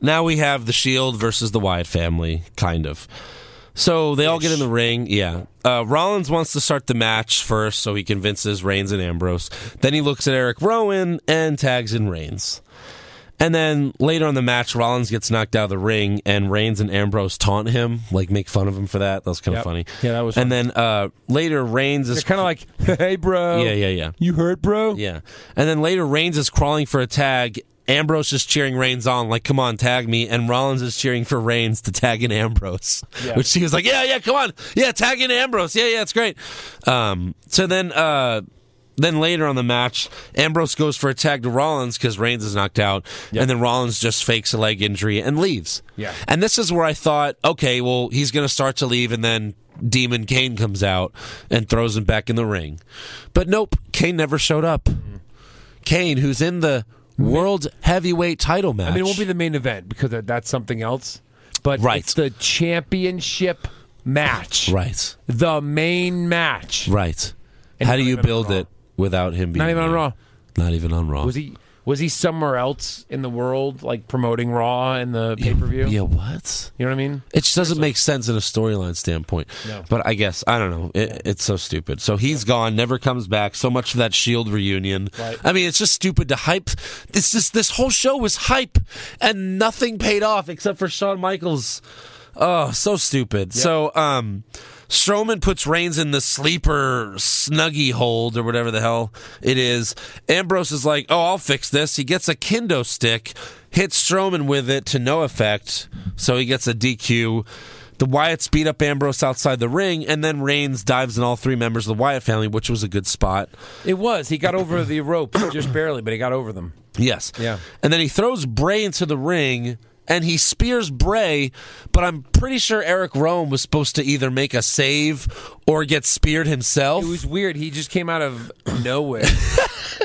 Speaker 4: Now we have the Shield versus the Wyatt family, kind of. So they all get in the ring. Yeah. Uh, Rollins wants to start the match first, so he convinces Reigns and Ambrose. Then he looks at Eric Rowan and tags in Reigns. And then later on the match, Rollins gets knocked out of the ring, and Reigns and Ambrose taunt him, like make fun of him for that. That was kind of
Speaker 5: Yep.
Speaker 4: funny.
Speaker 5: Yeah, that was
Speaker 4: And then uh, later, Reigns is
Speaker 5: They're kind of like, oh. hey, bro.
Speaker 4: yeah, yeah, yeah.
Speaker 5: You hurt, bro?
Speaker 4: Yeah. And then later, Reigns is crawling for a tag. Ambrose is cheering Reigns on, like, come on, tag me. And Rollins is cheering for Reigns to tag in Ambrose, which he was like, yeah, yeah, come on. Yeah, tag in Ambrose. Yeah, yeah, it's great. Um, so then, uh, then later on the match, Ambrose goes for a tag to Rollins because Reigns is knocked out, and then Rollins just fakes a leg injury and leaves.
Speaker 5: Yeah.
Speaker 4: and this is where I thought, okay, well he's going to start to leave, and then Demon Kane comes out and throws him back in the ring, but nope, Kane never showed up. Kane, who's in the World Heavyweight Title match,
Speaker 5: I mean, it won't be the main event because that- that's something else. But
Speaker 4: Right.
Speaker 5: it's the championship match.
Speaker 4: right,
Speaker 5: The main match.
Speaker 4: right.
Speaker 5: And
Speaker 4: How
Speaker 5: not
Speaker 4: do you
Speaker 5: even on
Speaker 4: build
Speaker 5: Raw.
Speaker 4: it without him being
Speaker 5: Not even on
Speaker 4: there?
Speaker 5: Raw.
Speaker 4: Not even on Raw.
Speaker 5: Was he was he somewhere else in the world, like promoting Raw and the pay per view?
Speaker 4: Yeah, what?
Speaker 5: You know what I mean?
Speaker 4: It just doesn't make sense in a storyline standpoint.
Speaker 5: No.
Speaker 4: But I guess I don't know. It, It's so stupid. So he's gone, never comes back. So much for that Shield E reunion.
Speaker 5: Right.
Speaker 4: I mean, it's just stupid to hype. This just this whole show was hype, and nothing paid off except for Shawn Michaels. Oh, so stupid. So um, Strowman puts Reigns in the sleeper snuggie hold or whatever the hell it is. Ambrose is like, "Oh, I'll fix this." He gets a kendo stick, hits Strowman with it to no effect, so he gets a DQ. The Wyatts beat up Ambrose outside the ring, and then Reigns dives on all three members of the Wyatt family, which was a good spot.
Speaker 5: It was. He got over the ropes just barely, but he got over them.
Speaker 4: Yes.
Speaker 5: Yeah.
Speaker 4: And then he throws Bray into the ring and he spears Bray, but I'm pretty sure Eric Rome was supposed to either make a save or get speared himself.
Speaker 5: It was weird. He just came out of nowhere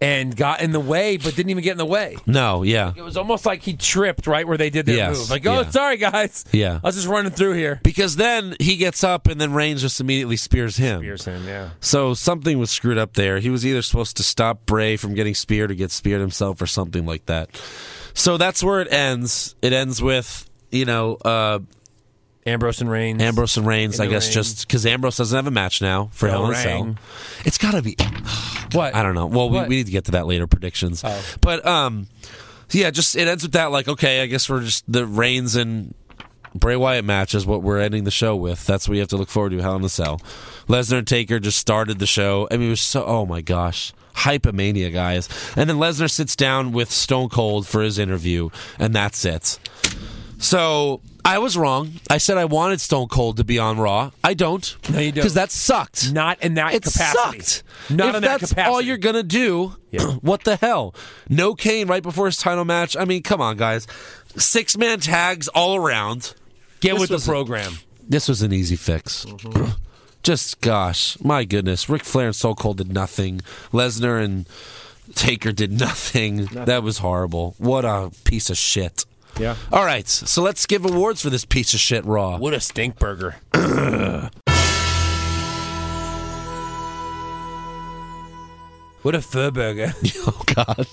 Speaker 5: and got in the way, but didn't even get in the way.
Speaker 4: no, yeah.
Speaker 5: It was almost like he tripped right where they did their
Speaker 4: Yes,
Speaker 5: move. Like, oh,
Speaker 4: yeah.
Speaker 5: sorry guys.
Speaker 4: Yeah.
Speaker 5: I was just running through here.
Speaker 4: Because then he gets up and then Reigns just immediately spears him.
Speaker 5: him, yeah.
Speaker 4: So something was screwed up there. He was either supposed to stop Bray from getting speared or get speared himself or something like that. So that's where it ends. It ends with, you know, uh,
Speaker 5: Ambrose and Reigns.
Speaker 4: Ambrose and Reigns,
Speaker 5: In
Speaker 4: I
Speaker 5: the
Speaker 4: guess
Speaker 5: ring.
Speaker 4: just because Ambrose doesn't have a match now for
Speaker 5: No
Speaker 4: Hell in a
Speaker 5: ring.
Speaker 4: Cell. It's got to be.
Speaker 5: What?
Speaker 4: I don't know. Well, we,
Speaker 5: What? Oh.
Speaker 4: we need to get to that later predictions. But um, yeah, just it ends with that. Like, okay, I guess we're just the Reigns and Bray Wyatt match is what we're ending the show with. That's what you have to look forward to. Hell in a Cell. Lesnar and Taker just started the show. I mean, it was so. Oh my gosh. Hypomania, guys. And then Lesnar sits down with Stone Cold for his interview, and that's it. So I was wrong. I said I wanted Stone Cold to be on Raw. I don't.
Speaker 5: No, you don't.
Speaker 4: Because that sucked
Speaker 5: Not in that
Speaker 4: it
Speaker 5: capacity.
Speaker 4: sucked.
Speaker 5: Not
Speaker 4: if
Speaker 5: in that
Speaker 4: that's
Speaker 5: capacity.
Speaker 4: all you're gonna do, what the hell? No Kane right before his title match. I mean, come on, guys. Six man tags all around.
Speaker 5: Get
Speaker 4: This
Speaker 5: with the
Speaker 4: was a-
Speaker 5: program.
Speaker 4: This was an easy fix.
Speaker 5: Mm-hmm.
Speaker 4: Just gosh, my goodness. Ric Flair and Soul Cold did nothing. Lesnar and Taker did nothing. That was horrible. What a piece of shit.
Speaker 5: Yeah.
Speaker 4: All right, so let's give awards for this piece of shit Raw.
Speaker 5: What a stink burger. what a fur burger.
Speaker 4: Oh God.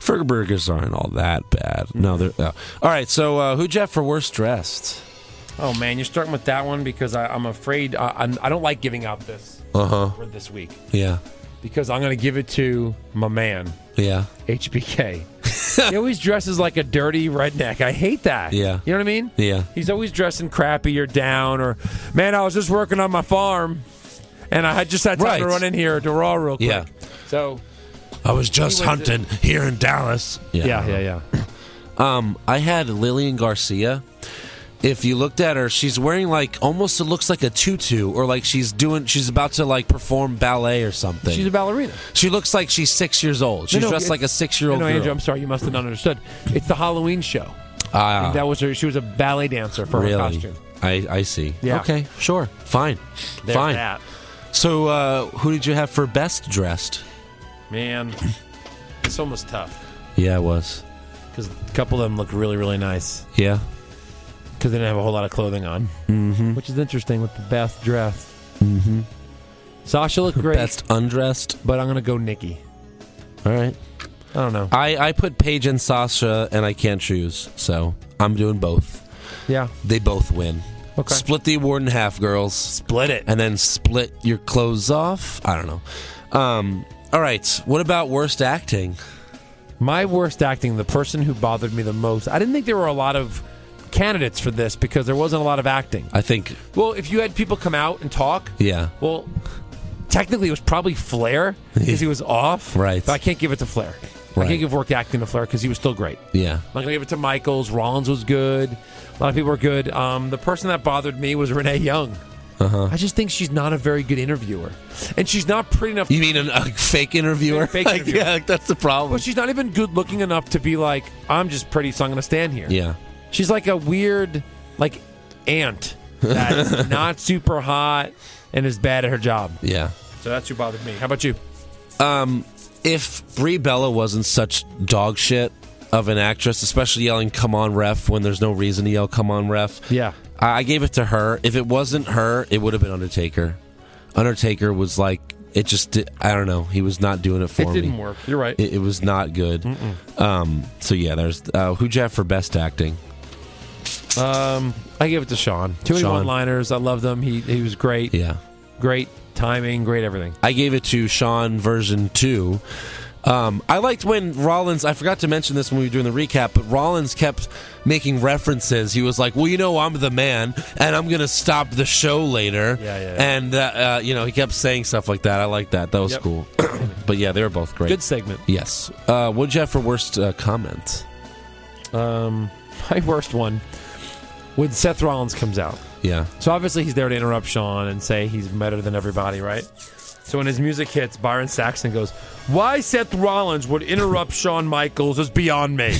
Speaker 4: Ferg burgers aren't all that bad. No, they're. no. All right, so uh, who Jeff for worst dressed?
Speaker 5: Oh man, you're starting with that one because I, I'm afraid I, I'm, I don't like giving out this
Speaker 4: Uh huh.
Speaker 5: for this week
Speaker 4: Yeah.
Speaker 5: because I'm going to give it to my man
Speaker 4: Yeah.
Speaker 5: HBK. he always dresses like a dirty redneck. I hate that.
Speaker 4: Yeah.
Speaker 5: You know what I mean?
Speaker 4: Yeah.
Speaker 5: He's always dressing crappy or down or, man, I was just working on my farm and I had just had time to
Speaker 4: Right.
Speaker 5: run in here to Raw real quick.
Speaker 4: Yeah.
Speaker 5: So,
Speaker 4: I was just
Speaker 5: He went to-
Speaker 4: here in Dallas.
Speaker 5: yeah, yeah, yeah.
Speaker 4: Um, I had Lillian Garcia. If you looked at her, she's wearing like almost it looks like a tutu, or like she's doing she's about to like perform ballet or something.
Speaker 5: She's a ballerina.
Speaker 4: she looks like she's six years old. She's
Speaker 5: no,
Speaker 4: dressed like a
Speaker 5: it's-
Speaker 4: six year old
Speaker 5: no,
Speaker 4: girl.
Speaker 5: Andrew, I'm sorry. You must have not understood. It's the Halloween show.
Speaker 4: Ah,
Speaker 5: that was her. She was a ballet dancer for her
Speaker 4: really?
Speaker 5: costume.
Speaker 4: I I see.
Speaker 5: Yeah.
Speaker 4: Okay. Sure. Fine.
Speaker 5: There's
Speaker 4: Fine.
Speaker 5: that.
Speaker 4: So uh, who did you have for best dressed?
Speaker 5: Man, it's almost tough
Speaker 4: Yeah, it was.
Speaker 5: because a couple of them look really, really nice
Speaker 4: Yeah.
Speaker 5: because they didn't have a whole lot of clothing on, mm-hmm. which is interesting with the best dressed. Mm-hmm. Sasha looked great,
Speaker 4: Best undressed.
Speaker 5: but I'm gonna go Nikki.
Speaker 4: All right.
Speaker 5: I don't know.
Speaker 4: I I put Paige and Sasha, and I can't choose, so I'm doing both.
Speaker 5: Yeah,
Speaker 4: They both win.
Speaker 5: Okay.
Speaker 4: Split the award in half, girls,
Speaker 5: split it.
Speaker 4: and then split your clothes off. I don't know. Um, all right. What about worst acting?
Speaker 5: My worst acting, the person who bothered me the most. I didn't think there were a lot of candidates for this because there wasn't a lot of acting.
Speaker 4: I think.
Speaker 5: Well, if you had people come out and talk,
Speaker 4: Yeah.
Speaker 5: Well, technically, it was probably Flair because he was off.
Speaker 4: Right.
Speaker 5: But I can't give it to Flair. I
Speaker 4: Right.
Speaker 5: can't give work acting to Flair because he was still great.
Speaker 4: Yeah.
Speaker 5: I'm not going to give it to Michaels. Rollins was good. A lot of people were good. Um, the person that bothered me was Renee Young. Uh-huh. I just think she's not a very good interviewer. And she's not pretty enough.
Speaker 4: You mean an, a fake interviewer?
Speaker 5: Fake
Speaker 4: Like,
Speaker 5: interviewer.
Speaker 4: yeah, like, that's the problem.
Speaker 5: But she's not even good looking enough to be like, I'm just pretty, so I'm going to stand here.
Speaker 4: yeah.
Speaker 5: She's like a weird, like, ant that's not super hot and is bad at her job.
Speaker 4: Yeah.
Speaker 5: So that's who bothered me. How about you?
Speaker 4: If Brie Bella wasn't such dog shit of an actress, especially yelling "Come on, ref" when there's no reason to yell "Come on, ref."
Speaker 5: Yeah.
Speaker 4: I I gave it to her. If it wasn't her, it would have been Undertaker. Undertaker was like it just. Did, I don't know. He was not doing it for
Speaker 10: It
Speaker 4: me.
Speaker 10: didn't work. You're right.
Speaker 4: It, it was not good. Um, so yeah, there's uh, who'd you have for best acting?
Speaker 5: Um, I give it to Sean. Too many
Speaker 4: Sean.
Speaker 5: one-liners. I love them. He he was great.
Speaker 4: Yeah,
Speaker 5: Great timing. Great everything.
Speaker 4: I gave it to Sean version two. Um, I liked when Rollins. I forgot to mention this when we were doing the recap, but Rollins kept making references. He was like, "Well, you know, I'm the man, and I'm gonna stop the show later."
Speaker 5: Yeah, yeah, yeah.
Speaker 4: And uh, uh, you know, he kept saying stuff like that. I like that. That was
Speaker 5: Yep.
Speaker 4: cool. but yeah, they were both great.
Speaker 5: Good segment.
Speaker 4: Yes. Uh, what'd you have for worst uh, comment?
Speaker 5: Um, my worst one when Seth Rollins comes out.
Speaker 4: Yeah.
Speaker 5: So obviously he's there to interrupt Sean and say he's better than everybody, right? So when his music hits, Byron Saxton goes, "Why Seth Rollins would interrupt Shawn Michaels is beyond me."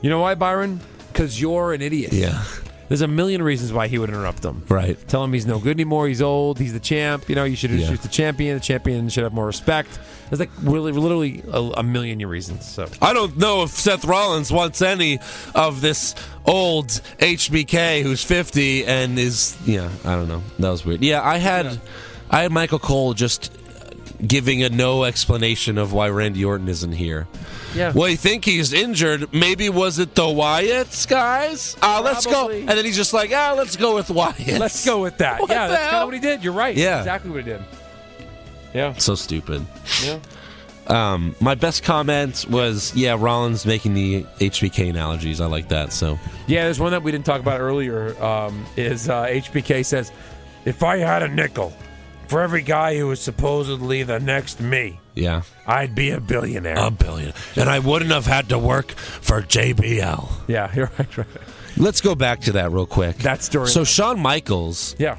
Speaker 5: you know why, Byron? Because you're an idiot.
Speaker 4: Yeah.
Speaker 5: There's a million reasons why he would interrupt them.
Speaker 4: Right.
Speaker 5: Tell him he's no good anymore. He's old. He's the champ. You know, you should
Speaker 4: Yeah.
Speaker 5: introduce the champion. The champion should have more respect. There's like really, literally a, a million reasons. So
Speaker 4: I don't know if Seth Rollins wants any of this old HBK who's 50 and is yeah, I don't know. That was weird. Yeah, I had I had Michael Cole just giving a no explanation of why Randy Orton isn't here.
Speaker 5: Yeah.
Speaker 4: Well, you think he's injured. Maybe was it the Wyatts, guys? Uh, let's go.
Speaker 5: Probably.
Speaker 4: And then he's just like, ah, let's go with Wyatt.
Speaker 5: let's go with that.
Speaker 4: What
Speaker 5: yeah,
Speaker 4: the
Speaker 5: that's kind
Speaker 4: hell?
Speaker 5: of what he did. You're right.
Speaker 4: Yeah.
Speaker 5: exactly what he did.
Speaker 4: So stupid.
Speaker 5: Yeah.
Speaker 4: Um, my best comment was, yeah, Rollins making the HBK analogies. I like that. So
Speaker 5: Yeah, there's one that we didn't talk about earlier. Um, is uh, HBK says,
Speaker 8: If I had a nickel for every guy who was supposedly the next me,
Speaker 4: yeah.
Speaker 8: I'd be a billionaire.
Speaker 4: a billion. And I wouldn't have had to work for JBL.
Speaker 5: "Yeah, you're right, right.
Speaker 4: Let's go back to that real quick.
Speaker 5: That story-
Speaker 4: So Shawn Michaels
Speaker 5: Yeah,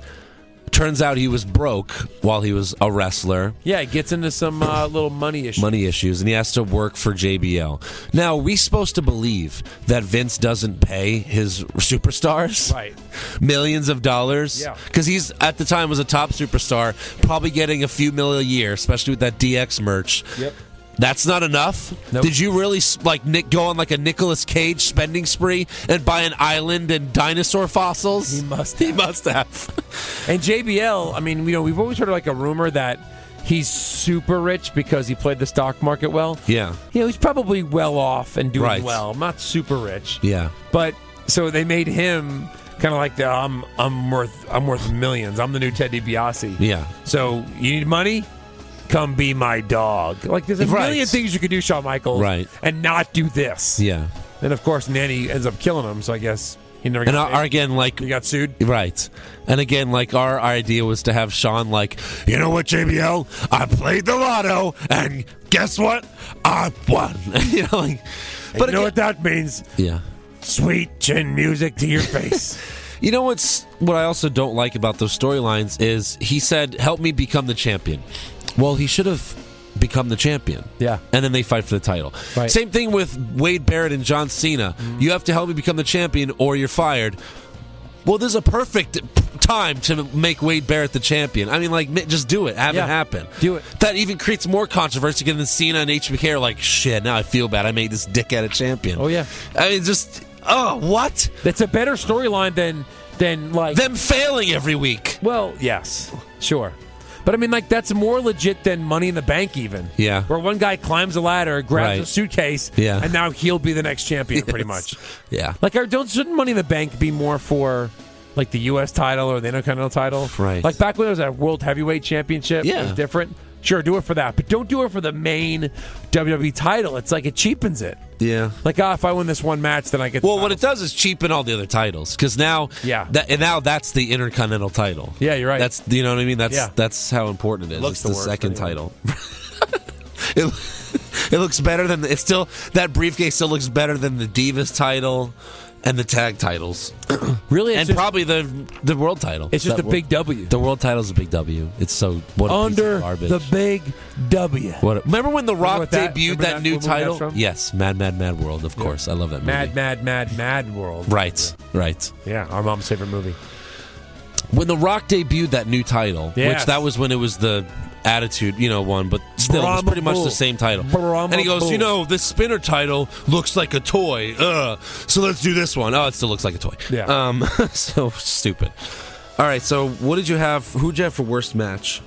Speaker 4: turns out he was broke while he was a wrestler,
Speaker 5: yeah." It gets into some uh, little money issues.
Speaker 4: money issues, and he has to work for JBL. Now, are we supposed to believe that Vince doesn't pay his superstars?
Speaker 5: Right.
Speaker 4: Millions of dollars?
Speaker 5: Yeah.
Speaker 4: Because he's, at the time, was a top superstar, probably getting a few mil a year, especially with that DX merch.
Speaker 5: Yep.
Speaker 4: That's not enough.
Speaker 5: Nope.
Speaker 4: Did you really s- like Nick go on like a Nicolas Cage spending spree and buy an island and dinosaur fossils? He
Speaker 5: must
Speaker 4: He must have.
Speaker 5: And JBL, I mean, you know, we've always heard like a rumor that he's super rich because he played the stock market well.
Speaker 4: Yeah.
Speaker 5: You know, he's probably well off and doing
Speaker 4: Right.
Speaker 5: well. Not super rich.
Speaker 4: yeah.
Speaker 5: But so they made him kind of like the I'm I'm worth I'm worth millions. I'm the new Ted DiBiase.
Speaker 4: Yeah.
Speaker 5: So you need money? come be my dog. Like there's a
Speaker 4: Right.
Speaker 5: million things you could do, Shawn Michaels,
Speaker 4: Right.
Speaker 5: And not do this.
Speaker 4: Yeah.
Speaker 5: And of course, Nanny ends up killing him. So I guess he never.
Speaker 4: And
Speaker 5: Got
Speaker 4: our,
Speaker 5: paid.
Speaker 4: our- again, like
Speaker 5: he got sued.
Speaker 4: right, and again, like our idea was to have Sean like, you know what, JBL, I played the lotto, and guess what, I won. you know, like,
Speaker 5: But
Speaker 4: but
Speaker 5: you know
Speaker 4: again-
Speaker 5: what that means?
Speaker 4: yeah.
Speaker 5: Sweet chin music to your face.
Speaker 4: You know what's what I also don't like about those storylines is he said, "Help me become the champion." Well, he should have become the champion.
Speaker 5: Yeah.
Speaker 4: And then they fight for the title.
Speaker 5: Right. Mm-hmm.
Speaker 4: Same thing with Wade Barrett and John Cena. You have to help me become the champion or you're fired. Well, this is a perfect time to make Wade Barrett the champion. I mean, like, mi- just do it. Have
Speaker 5: Yeah.
Speaker 4: it happen.
Speaker 5: Do it.
Speaker 4: That even creates more controversy than Cena and HBK are like, shit, now I feel bad. I made this dickhead a champion.
Speaker 5: Oh, yeah.
Speaker 4: I mean, just, oh, what?
Speaker 5: That's a better storyline than than like.
Speaker 4: Them failing every week.
Speaker 5: well, yes, sure. But I mean, like that's more legit than Money in the Bank, even.
Speaker 4: Yeah.
Speaker 5: Where one guy climbs a ladder, grabs
Speaker 4: Right.
Speaker 5: a suitcase,
Speaker 4: Yeah.
Speaker 5: and now he'll be the next champion, pretty
Speaker 4: Yes.
Speaker 5: much.
Speaker 4: Yeah.
Speaker 5: Like, are, don't shouldn't Money in the Bank be more for like the U.S. title or the Intercontinental title?
Speaker 4: Right.
Speaker 5: Like back when it was a World Heavyweight Championship, it
Speaker 4: Yeah.
Speaker 5: was different. Sure, do it for that, but don't do it for the main WWE title. It's like it cheapens it.
Speaker 4: Yeah.
Speaker 5: Like, ah, if I win this one match, then I get. the
Speaker 4: Well, what
Speaker 5: title.
Speaker 4: it does is cheapen all the other titles because now,
Speaker 5: Yeah.
Speaker 4: that, and now that's the Intercontinental title.
Speaker 5: Yeah, you're right.
Speaker 4: That's you know what I mean. That's
Speaker 5: Yeah.
Speaker 4: that's how important it is.
Speaker 5: Looks
Speaker 4: it's
Speaker 5: the
Speaker 4: the,
Speaker 5: worst,
Speaker 4: second
Speaker 5: anyway.
Speaker 4: title. it, it looks better than the- it's still that briefcase still looks better than the Divas title and the tag titles
Speaker 5: really? It's
Speaker 4: and
Speaker 5: just,
Speaker 4: probably the the world title.
Speaker 5: it's just
Speaker 4: That
Speaker 5: a
Speaker 4: wor-
Speaker 5: big W.
Speaker 4: The world title's a big W. It's so what a piece
Speaker 5: under
Speaker 4: of garbage.
Speaker 5: the big W.
Speaker 4: what a- remember when The Rock
Speaker 5: what that-
Speaker 4: debuted
Speaker 5: remember
Speaker 4: that,
Speaker 5: that-
Speaker 4: new
Speaker 5: remember where
Speaker 4: title?
Speaker 5: that's from?
Speaker 4: Yes, Mad Mad Mad World. Of course, I love that movie.
Speaker 5: Mad, mad, mad, mad world.
Speaker 4: Right, right.
Speaker 5: Yeah, our mom's favorite movie.
Speaker 4: when The Rock debuted that new title,
Speaker 5: Yes.
Speaker 4: which that was when it was the Attitude, you know, one, but still, it was pretty much the same title.
Speaker 5: Brahma
Speaker 4: and he goes,
Speaker 5: Bull.
Speaker 4: you know, this spinner title looks like a toy. Uh, so let's do this one. Oh, it still looks like a toy.
Speaker 5: Yeah.
Speaker 4: Um, so stupid. All right. So what did you have? Who did you have for worst match?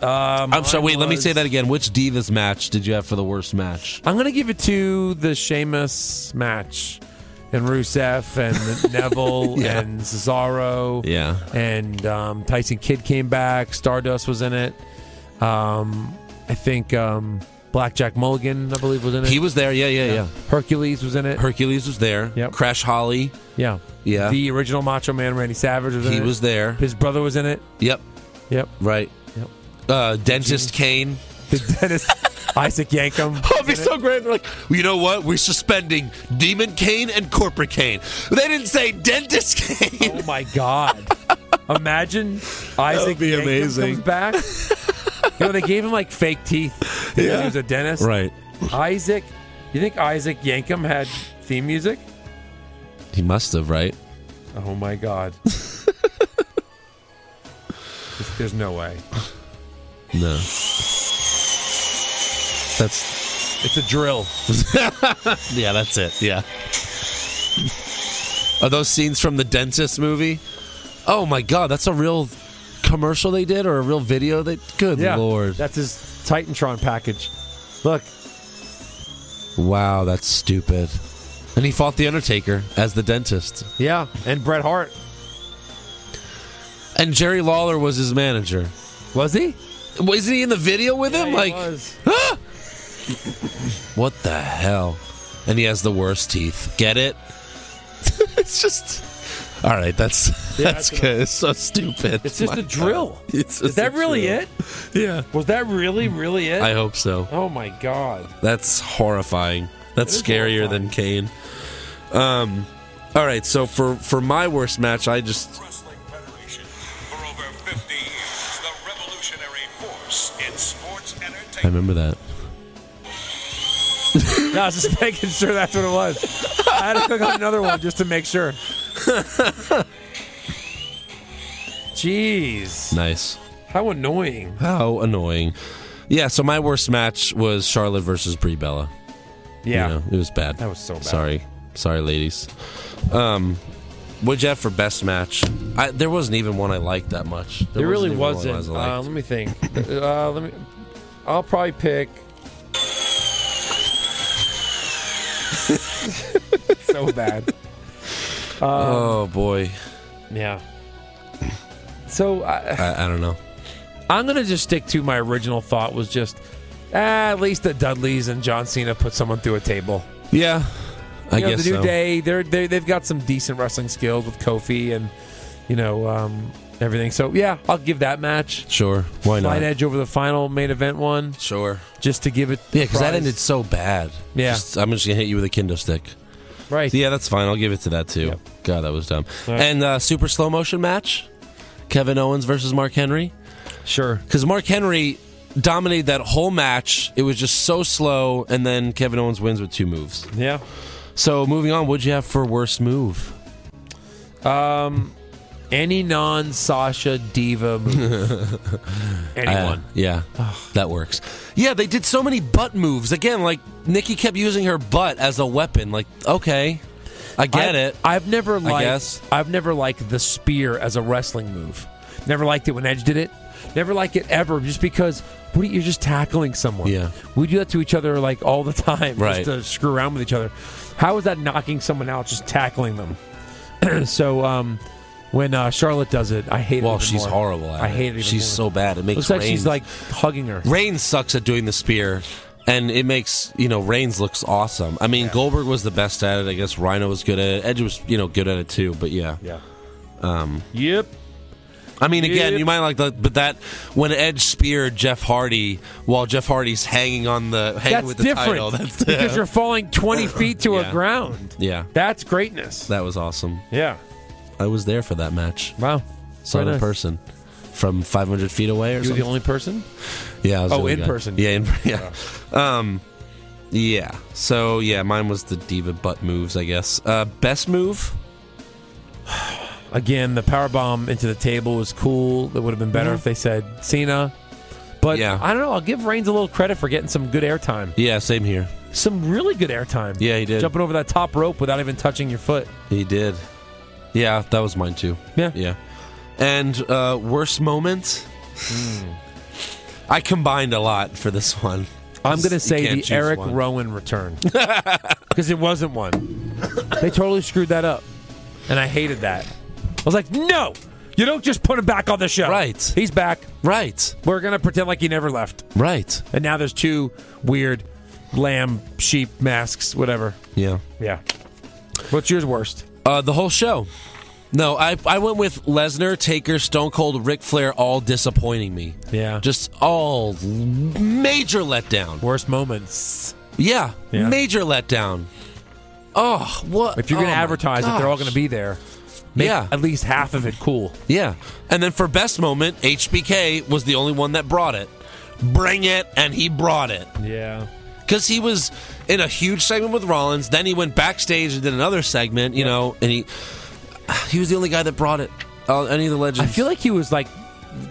Speaker 5: Um,
Speaker 4: I'm sorry. Wait. Let me say that again. Which Divas match did you have for the worst match?
Speaker 5: I'm gonna give it to the Sheamus match, and Rusev and Neville
Speaker 4: Yeah.
Speaker 5: and Cesaro.
Speaker 4: Yeah.
Speaker 5: and um, Tyson Kidd came back. Stardust was in it. Um, I think um, Blackjack Mulligan, I believe, was in it.
Speaker 4: He was there. Yeah. Yeah. Yeah.
Speaker 5: Hercules was in it.
Speaker 4: Hercules was there.
Speaker 5: Yep.
Speaker 4: Crash Holly.
Speaker 5: yeah,
Speaker 4: Yeah.
Speaker 5: The original Macho Man Randy Savage was in
Speaker 4: he
Speaker 5: it.
Speaker 4: was there.
Speaker 5: His brother was in it.
Speaker 4: Yep.
Speaker 5: Yep.
Speaker 4: Right.
Speaker 5: Yep.
Speaker 4: Uh, Dentist Kane.
Speaker 5: The Dennis Isaac Yankum.
Speaker 4: Oh, it'd be so great. They're like, well, you know what? We're suspending Demon Kane and Corporate Kane. They didn't say Dentist Kane.
Speaker 5: Oh my god! Imagine Isaac
Speaker 4: be
Speaker 5: Yankum
Speaker 4: amazing.
Speaker 5: comes back. you know they gave him like fake teeth.
Speaker 4: Oh,
Speaker 5: because he was a dentist.
Speaker 4: Right.
Speaker 5: Isaac, you think Isaac Yankum had theme music?
Speaker 4: He must have, right?
Speaker 5: Oh my god! There's- There's no way.
Speaker 4: No. That's
Speaker 5: It's a drill.
Speaker 4: yeah, that's it. Yeah. Are those scenes from the dentist movie? Oh my god, that's a real commercial they did or a real video they good lord.
Speaker 5: That's his Titantron package. Look,
Speaker 4: wow, that's stupid. And he fought the Undertaker as the dentist.
Speaker 5: yeah, and Bret Hart
Speaker 4: And Jerry Lawler was his manager.
Speaker 5: was he?
Speaker 4: Wasn't he in the video with him? like,
Speaker 5: was.
Speaker 4: what the hell? And he has the worst teeth. Get it? it's just. All right, that's that's
Speaker 5: that's
Speaker 4: good. It's so stupid.
Speaker 5: it's just
Speaker 4: My
Speaker 5: a drill.
Speaker 4: God. It's
Speaker 5: Is
Speaker 4: just
Speaker 5: that
Speaker 4: a
Speaker 5: really
Speaker 4: drill.
Speaker 5: it?
Speaker 4: Yeah.
Speaker 5: Was that really, really it?
Speaker 4: I hope so.
Speaker 5: oh my god!
Speaker 4: That's horrifying. That's
Speaker 5: It is
Speaker 4: scarier than Kane. Um. All right, so for for my worst match, I just
Speaker 9: Wrestling Federation. For over 50 years, the revolutionary force in sports
Speaker 4: I
Speaker 9: entertainment.
Speaker 4: remember that.
Speaker 5: No, I was just making sure that's what it was. I had to click on another one just to make sure. Jeez,
Speaker 4: Nice.
Speaker 5: how annoying!
Speaker 4: How annoying. Yeah, so my worst match was Charlotte versus Brie Bella.
Speaker 5: Yeah,
Speaker 4: You know, it was bad.
Speaker 5: That was so bad.
Speaker 4: Sorry, sorry, ladies. Um, what'd you have for best match? I, there wasn't even one I liked that much. There,
Speaker 5: there really
Speaker 4: even
Speaker 5: wasn't.
Speaker 4: one I
Speaker 5: Uh,
Speaker 4: liked.
Speaker 5: let me think. uh, let me. I'll probably pick. so bad.
Speaker 4: oh boy,
Speaker 5: Yeah. So I,
Speaker 4: I, I don't know.
Speaker 5: I'm gonna just stick to my original thought was just ah, at least the Dudleys and John Cena put someone through a table.
Speaker 4: Yeah, I
Speaker 5: You know,
Speaker 4: guess
Speaker 5: the new
Speaker 4: so.
Speaker 5: day they're, they're they've got some decent wrestling skills with Kofi and you know um, everything. So yeah, I'll give that match.
Speaker 4: Sure, why not?
Speaker 5: Light edge over the final main event one
Speaker 4: Sure.
Speaker 5: just to give it
Speaker 4: Yeah, because that
Speaker 5: prize.
Speaker 4: ended so bad.
Speaker 5: Yeah.
Speaker 4: Just- I'm just gonna hit you with a kendo stick.
Speaker 5: right.
Speaker 4: Yeah, that's fine. I'll give it to that too. God, that was dumb. And uh, super slow motion match, Kevin Owens versus Mark Henry,
Speaker 5: Sure.
Speaker 4: because Mark Henry dominated that whole match. It was just so slow, and then Kevin Owens wins with two moves.
Speaker 5: Yeah.
Speaker 4: So moving on, what'd you have for worst move?
Speaker 5: Any non Sasha diva move. Anyone.
Speaker 4: Uh, yeah, that works. Yeah, they did so many butt moves again. Like Nikki kept using her butt as a weapon. Like, okay, I get
Speaker 5: I-
Speaker 4: it.
Speaker 5: I've never liked
Speaker 4: guess.
Speaker 5: I've never liked the spear as a wrestling move. Never liked it when Edge did it. Never liked it ever just because what do you- you're just tackling someone.
Speaker 4: Yeah.
Speaker 5: We do that to each other like all the time
Speaker 4: Right.
Speaker 5: just to screw around with each other. How is that knocking someone out just tackling them? so um when uh, Charlotte does it, I hate it.
Speaker 4: well,
Speaker 5: even
Speaker 4: she's
Speaker 5: more.
Speaker 4: horrible. At
Speaker 5: I
Speaker 4: it.
Speaker 5: hate it. even
Speaker 4: She's so
Speaker 5: more.
Speaker 4: bad. It makes
Speaker 5: Looks like she's
Speaker 4: Reigns-
Speaker 5: like hugging her.
Speaker 4: Reigns sucks at doing the spear, and it makes you know Reigns looks awesome. I mean Goldberg was the best at it. I guess Rhino was good at it. Edge was you know good at it too. But yeah,
Speaker 5: Yeah.
Speaker 10: Yep.
Speaker 4: I mean again,
Speaker 10: Yep.
Speaker 4: you might like the but that when Edge speared Jeff Hardy while Jeff Hardy's hanging on the hanging
Speaker 5: That's
Speaker 4: with the
Speaker 5: different
Speaker 4: title. That's
Speaker 5: because you're falling 20 feet to
Speaker 4: Yeah.
Speaker 5: a ground.
Speaker 4: yeah.
Speaker 5: That's greatness.
Speaker 4: That was awesome.
Speaker 5: Yeah.
Speaker 4: I was there for that match.
Speaker 5: Wow.
Speaker 4: Saw it
Speaker 5: Very
Speaker 4: in
Speaker 5: nice.
Speaker 4: person from 500 feet away or
Speaker 5: You're the
Speaker 4: something.
Speaker 5: only person?
Speaker 4: yeah. I was the
Speaker 5: Oh,
Speaker 4: only
Speaker 5: in
Speaker 4: guy.
Speaker 5: person.
Speaker 4: Yeah. In, yeah. Um. Yeah. So yeah, mine was the diva butt moves. I guess. Uh, best move.
Speaker 5: Again, the power bomb into the table was cool. That would have been better if they said Cena. But
Speaker 4: Mm-hmm. Yeah.
Speaker 5: I don't know. I'll give Reigns a little credit for getting some good airtime.
Speaker 4: Yeah, same here.
Speaker 5: Some really good airtime.
Speaker 4: Yeah, he did.
Speaker 5: Jumping over that top rope without even touching your foot.
Speaker 4: He did. Yeah, that was mine too.
Speaker 5: Yeah.
Speaker 4: Yeah. And uh, worst moment. I combined a lot for this one.
Speaker 5: I'm going
Speaker 4: You
Speaker 5: to say
Speaker 4: can't
Speaker 5: the
Speaker 4: choose
Speaker 5: Eric
Speaker 4: one.
Speaker 5: Rowan return because it wasn't one. They totally screwed that up, and I hated that. I was like, no, you don't just put him back on the show.
Speaker 4: Right.
Speaker 5: He's back.
Speaker 4: Right.
Speaker 5: We're going to pretend like he never left.
Speaker 4: Right.
Speaker 5: And now there's two weird lamb, sheep masks, whatever.
Speaker 4: Yeah.
Speaker 5: Yeah. What's yours worst?
Speaker 4: Uh, the whole show. No, I I went with Lesnar, Taker, Stone Cold, Ric Flair, all disappointing me.
Speaker 5: Yeah.
Speaker 4: Just all major letdown.
Speaker 5: Worst moments.
Speaker 4: Yeah,
Speaker 5: Yeah.
Speaker 4: major letdown. Oh, what?
Speaker 5: If you're going
Speaker 4: oh
Speaker 5: to
Speaker 4: my
Speaker 5: advertise that they're all
Speaker 4: gosh.
Speaker 5: going to be there, make
Speaker 4: Yeah.
Speaker 5: at least half of it cool.
Speaker 4: Yeah. And then for best moment, HBK was the only one that brought it. Bring it, and he brought it.
Speaker 5: Yeah.
Speaker 4: Because he was in a huge segment with Rollins, then he went backstage and did another segment, you know, and he he was the only guy that brought it. Uh, any of the legends.
Speaker 5: I feel like he was like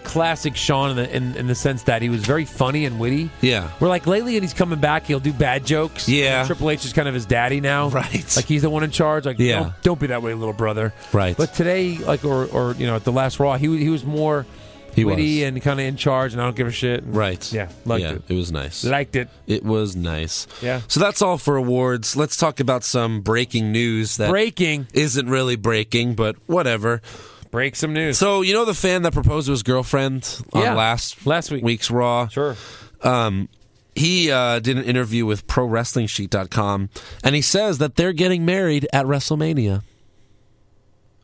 Speaker 5: classic Sean in the, in, in the sense that he was very funny and witty.
Speaker 4: Yeah.
Speaker 5: We're like lately, and he's coming back. He'll do bad jokes.
Speaker 4: Yeah.
Speaker 5: And Triple H is kind of his daddy now.
Speaker 4: Right.
Speaker 5: Like he's the one in charge. Like
Speaker 4: Yeah.
Speaker 5: don't, don't be that way, little brother.
Speaker 4: Right.
Speaker 5: But today, like or or you know at the last Raw, he wa- he was more
Speaker 4: He
Speaker 5: witty
Speaker 4: was.
Speaker 5: and kind of in charge, and I don't give a shit. And
Speaker 4: Right.
Speaker 5: Yeah. Liked
Speaker 4: yeah,
Speaker 5: it.
Speaker 4: it was nice.
Speaker 5: Liked it.
Speaker 4: It was nice.
Speaker 5: Yeah.
Speaker 4: So that's all for awards. Let's talk about some breaking news that
Speaker 5: Breaking.
Speaker 4: isn't really breaking, but whatever.
Speaker 5: Break some news.
Speaker 4: So you know the fan that proposed to his girlfriend on
Speaker 5: Yeah,
Speaker 4: last
Speaker 5: last week.
Speaker 4: week's Raw.
Speaker 5: sure.
Speaker 4: Um, he uh, did an interview with ProWrestlingSheet.com, and he says that they're getting married at WrestleMania.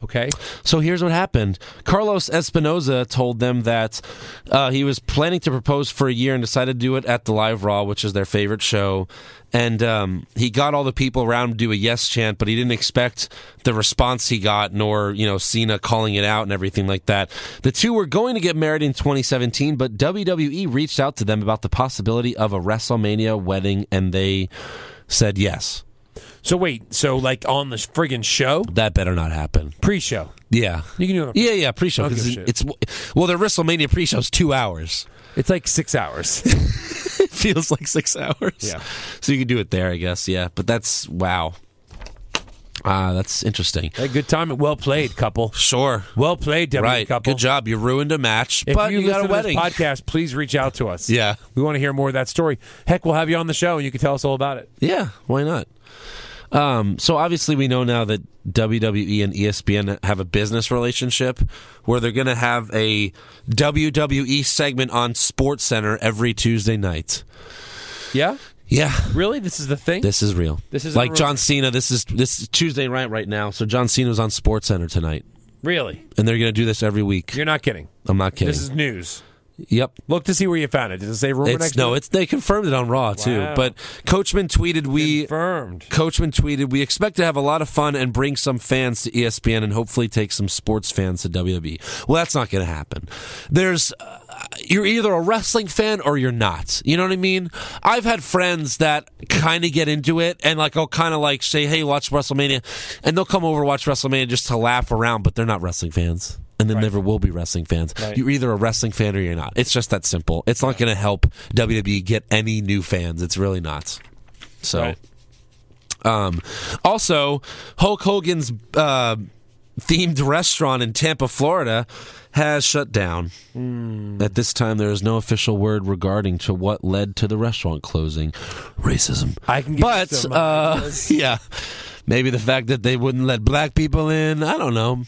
Speaker 5: Okay.
Speaker 4: So here's what happened. Carlos Espinoza told them that uh, he was planning to propose for a year and decided to do it at the Live Raw, which is their favorite show. And um, he got all the people around him to do a yes chant, but he didn't expect the response he got, nor you know Cena calling it out and everything like that. The two were going to get married in 2017, but WWE reached out to them about the possibility of a WrestleMania wedding, and they said yes.
Speaker 5: So wait. So like on this friggin' show,
Speaker 4: That better not happen.
Speaker 5: pre-show,
Speaker 4: Yeah.
Speaker 5: you can do it. on-
Speaker 4: Yeah, yeah, pre-show.
Speaker 5: I don't
Speaker 4: 'cause
Speaker 5: give a
Speaker 4: It's well, their WrestleMania pre-show's two hours.
Speaker 5: It's like six hours.
Speaker 4: It feels like six hours.
Speaker 5: Yeah.
Speaker 4: so you can do it there, I guess. Yeah, but that's wow. Ah, that's interesting.
Speaker 5: Hey, good time. Well played, couple.
Speaker 4: Sure,
Speaker 5: Well played, WWE
Speaker 4: right.
Speaker 5: couple.
Speaker 4: Good job. You ruined a match,
Speaker 5: If
Speaker 4: but
Speaker 5: you,
Speaker 4: you, got a
Speaker 5: listen to this
Speaker 4: wedding.
Speaker 5: podcast, please reach out to us.
Speaker 4: Yeah.
Speaker 5: we want to hear more of that story. Heck, we'll have you on the show, and you can tell us all about it.
Speaker 4: yeah, why not? Um, so obviously, we know now that WWE and E ESPN have a business relationship where they're going to have a WWE segment on Sports Center every Tuesday night.
Speaker 5: Yeah?
Speaker 4: Yeah,
Speaker 5: Really? This is the thing?
Speaker 4: this is real.
Speaker 5: This is a
Speaker 4: like
Speaker 5: rumor.
Speaker 4: John Cena. This is this is Tuesday night right now. So John Cena's on Sports Center tonight,
Speaker 5: really?
Speaker 4: and they're going to do this every week.
Speaker 5: You're not kidding.
Speaker 4: I'm not kidding.
Speaker 5: This is news.
Speaker 4: yep.
Speaker 5: Look to see where you found it. Does it say rumor
Speaker 4: It's
Speaker 5: next
Speaker 4: no,
Speaker 5: to it?
Speaker 4: it's they confirmed it on Raw too.
Speaker 5: Wow.
Speaker 4: But Coachman tweeted we
Speaker 5: confirmed.
Speaker 4: Coachman tweeted, "We expect to have a lot of fun and bring some fans to E ESPN, and hopefully take some sports fans to WWE." Well, that's not going to happen. There's, uh, you're either a wrestling fan or you're not. You know what I mean? I've had friends that kind of get into it, and like I'll kind of like say, "Hey, watch WrestleMania," and they'll come over to watch WrestleMania just to laugh around, but they're not wrestling fans. And they never will be wrestling fans. You're either a wrestling fan or you're not. It's just that simple. It's not going to help WWE get any new fans. It's really not. So, um, also, Hulk Hogan's uh, themed restaurant in Tampa, Florida, has shut down. At this time, there is no official word regarding to what led to the restaurant closing. Racism.
Speaker 5: I can give you
Speaker 4: but
Speaker 5: some
Speaker 4: uh, yeah, maybe the fact that they wouldn't let black people in. I don't know.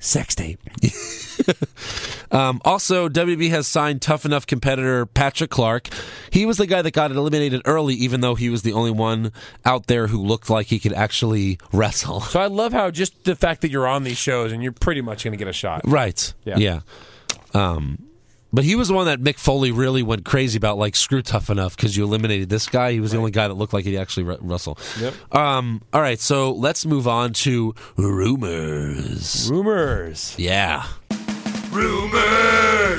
Speaker 5: Sex tape.
Speaker 4: Um, also, WWE has signed tough enough competitor Patrick Clark. He was the guy that got eliminated early, even though he was the only one out there who looked like he could actually wrestle.
Speaker 5: So I love how just the fact that you're on these shows and you're pretty much going to get a shot.
Speaker 4: Right.
Speaker 5: Yeah.
Speaker 4: Um, but he was the one that Mick Foley really went crazy about, like screw tough enough because you eliminated this guy. He was the only guy that looked like he actually re- wrestle. Yep. Um. All right. So let's move on to rumors.
Speaker 5: Rumors.
Speaker 4: Yeah.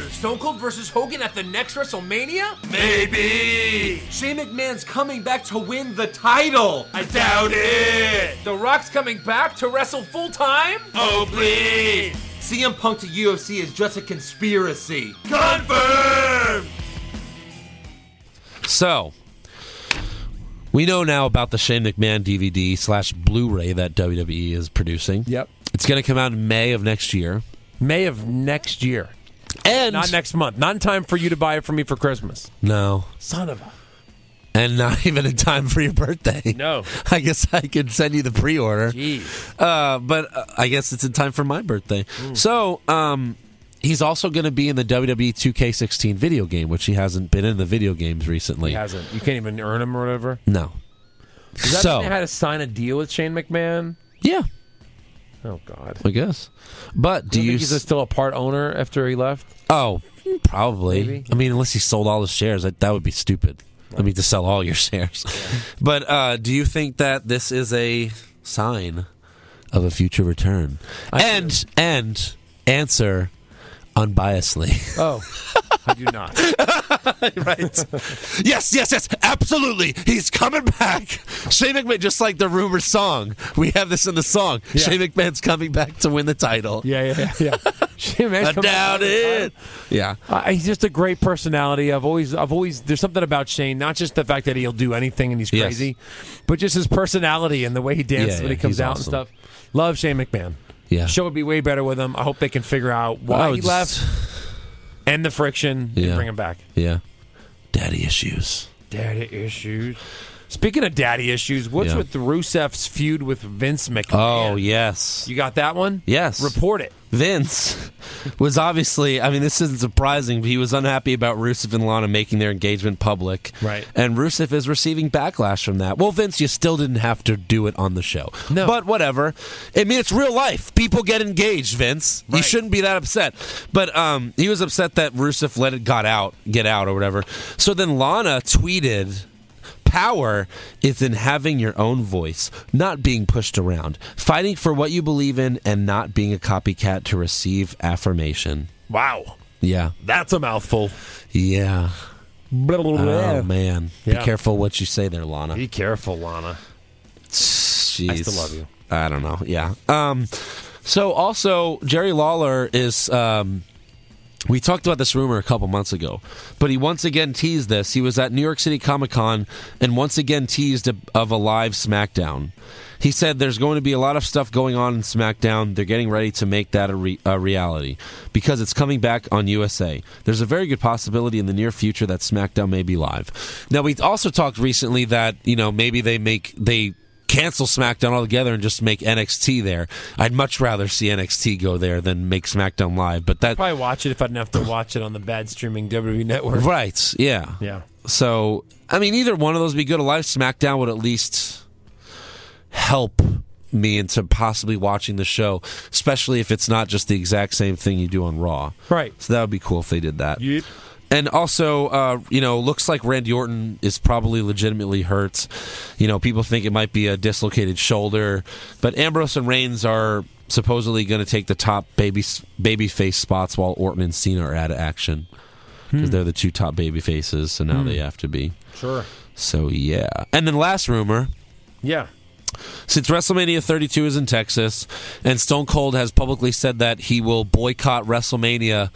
Speaker 1: Stone Cold versus Hogan at the next WrestleMania?
Speaker 7: Maybe.
Speaker 1: Shane McMahon's coming back to win the title.
Speaker 7: I doubt it.
Speaker 1: The Rock's coming back to wrestle full time?
Speaker 7: Oh, please.
Speaker 1: CM Punk to UFC is just a conspiracy.
Speaker 7: Confirm.
Speaker 4: So we know now about the Shane McMahon DVD slash Blu-ray that WWE is producing.
Speaker 5: Yep.
Speaker 4: It's going to come out in May of next year.
Speaker 5: May of next year.
Speaker 4: And
Speaker 5: Not next month. Not in time for you to buy it for me for Christmas.
Speaker 4: no,
Speaker 5: Son of a.
Speaker 4: and not even in time for your birthday.
Speaker 5: No.
Speaker 4: I guess I could send you the pre-order.
Speaker 5: Jeez.
Speaker 4: Uh, but uh, I guess it's in time for my birthday.
Speaker 5: Hmm.
Speaker 4: So, um, he's also going to be in the E WWE 2K16 video game, which he hasn't been in the video games recently.
Speaker 5: He hasn't. You can't even earn him or whatever.
Speaker 4: No.
Speaker 5: Does that
Speaker 4: So,
Speaker 5: mean they had to sign a deal with Shane McMahon?
Speaker 4: yeah,
Speaker 5: Oh, God.
Speaker 4: I guess. But do
Speaker 5: Do
Speaker 4: you?
Speaker 5: you think he's
Speaker 4: s-
Speaker 5: still a part owner after he left?
Speaker 4: oh, probably.
Speaker 5: Maybe.
Speaker 4: I mean, unless he sold all his shares, that, that would be stupid. I mean, to sell all your shares. But uh, do you think that this is a sign of a future return? and and answer unbiasedly.
Speaker 5: Oh, I do not.
Speaker 4: right? yes, yes, yes, absolutely. He's coming back. Shane McMahon, just like the rumor song. We have this in the song. Shane McMahon's coming back to win the title.
Speaker 5: Yeah, yeah, yeah. Shane McMahon
Speaker 4: I
Speaker 5: comes
Speaker 4: doubt
Speaker 5: out all the time.
Speaker 4: it. Yeah.
Speaker 5: Uh, he's just a great personality. I've always, I've always. There's something about Shane, not just the fact that he'll do anything and he's
Speaker 4: Yes.
Speaker 5: crazy, but just his personality and the way he dances
Speaker 4: Yeah,
Speaker 5: when
Speaker 4: yeah,
Speaker 5: he comes
Speaker 4: he's
Speaker 5: out
Speaker 4: awesome.
Speaker 5: and stuff. Love Shane McMahon.
Speaker 4: Yeah.
Speaker 5: Show would be way better with him. I hope they can figure out why
Speaker 4: I
Speaker 5: he
Speaker 4: would
Speaker 5: left,
Speaker 4: just-
Speaker 5: end the friction,
Speaker 4: Yeah.
Speaker 5: and bring him back.
Speaker 4: Yeah. Daddy issues.
Speaker 5: Daddy issues. Speaking of daddy issues, what's
Speaker 4: Yeah.
Speaker 5: with Rusev's feud with Vince McMahon?
Speaker 4: Oh, yes.
Speaker 5: you got that one?
Speaker 4: Yes.
Speaker 5: Report it.
Speaker 4: Vince was obviously, I mean, this isn't surprising, but he was unhappy about Rusev and Lana making their engagement public.
Speaker 5: Right.
Speaker 4: And Rusev is receiving backlash from that. Well, Vince, you still didn't have to do it on the show.
Speaker 5: No.
Speaker 4: But whatever. I mean, it's real life. People get engaged, Vince. You
Speaker 5: Right.
Speaker 4: shouldn't be that upset. But um, he was upset that Rusev let it got out, get out or whatever. So then Lana tweeted. Power is in having your own voice, not being pushed around, fighting for what you believe in, and not being a copycat to receive affirmation.
Speaker 5: Wow,
Speaker 4: Yeah.
Speaker 5: that's a mouthful.
Speaker 4: Yeah.
Speaker 5: Blah, blah, blah.
Speaker 4: Oh, man.
Speaker 5: Yeah.
Speaker 4: Be careful what you say there, Lana.
Speaker 5: Be careful, Lana.
Speaker 4: Jeez.
Speaker 5: I still love you.
Speaker 4: I don't know. Yeah. Um, so also, Jerry Lawler is um, We talked about this rumor a couple months ago, but he once again teased this. He was at New York City Comic Con and once again teased a, of a live SmackDown. He said there's going to be a lot of stuff going on in SmackDown. They're getting ready to make that a, re- a reality because it's coming back on USA. There's a very good possibility in the near future that SmackDown may be live. Now we also talked recently that you know maybe they make they cancel SmackDown altogether and just make NXT there. I'd much rather see NXT go there than make SmackDown live. But that
Speaker 5: Probably watch it if I didn't have to watch it on the bad streaming WWE network.
Speaker 4: Right. Yeah.
Speaker 5: Yeah.
Speaker 4: So I mean, either one of those would be good. A live SmackDown would at least help me into possibly watching the show, especially if it's not just the exact same thing you do on Raw.
Speaker 5: Right.
Speaker 4: So that would be cool if they did that. And also, uh, you know, looks like Randy Orton is probably legitimately hurt. You know, people think it might be a dislocated shoulder, but Ambrose and Reigns are supposedly going to take the top baby baby face spots while Orton and Cena are out of action because they're the two top baby faces, so now they have to be.
Speaker 5: Sure.
Speaker 4: So yeah. And then last rumor,
Speaker 5: Yeah.
Speaker 4: since WrestleMania 32 is in Texas, and Stone Cold has publicly said that he will boycott WrestleMania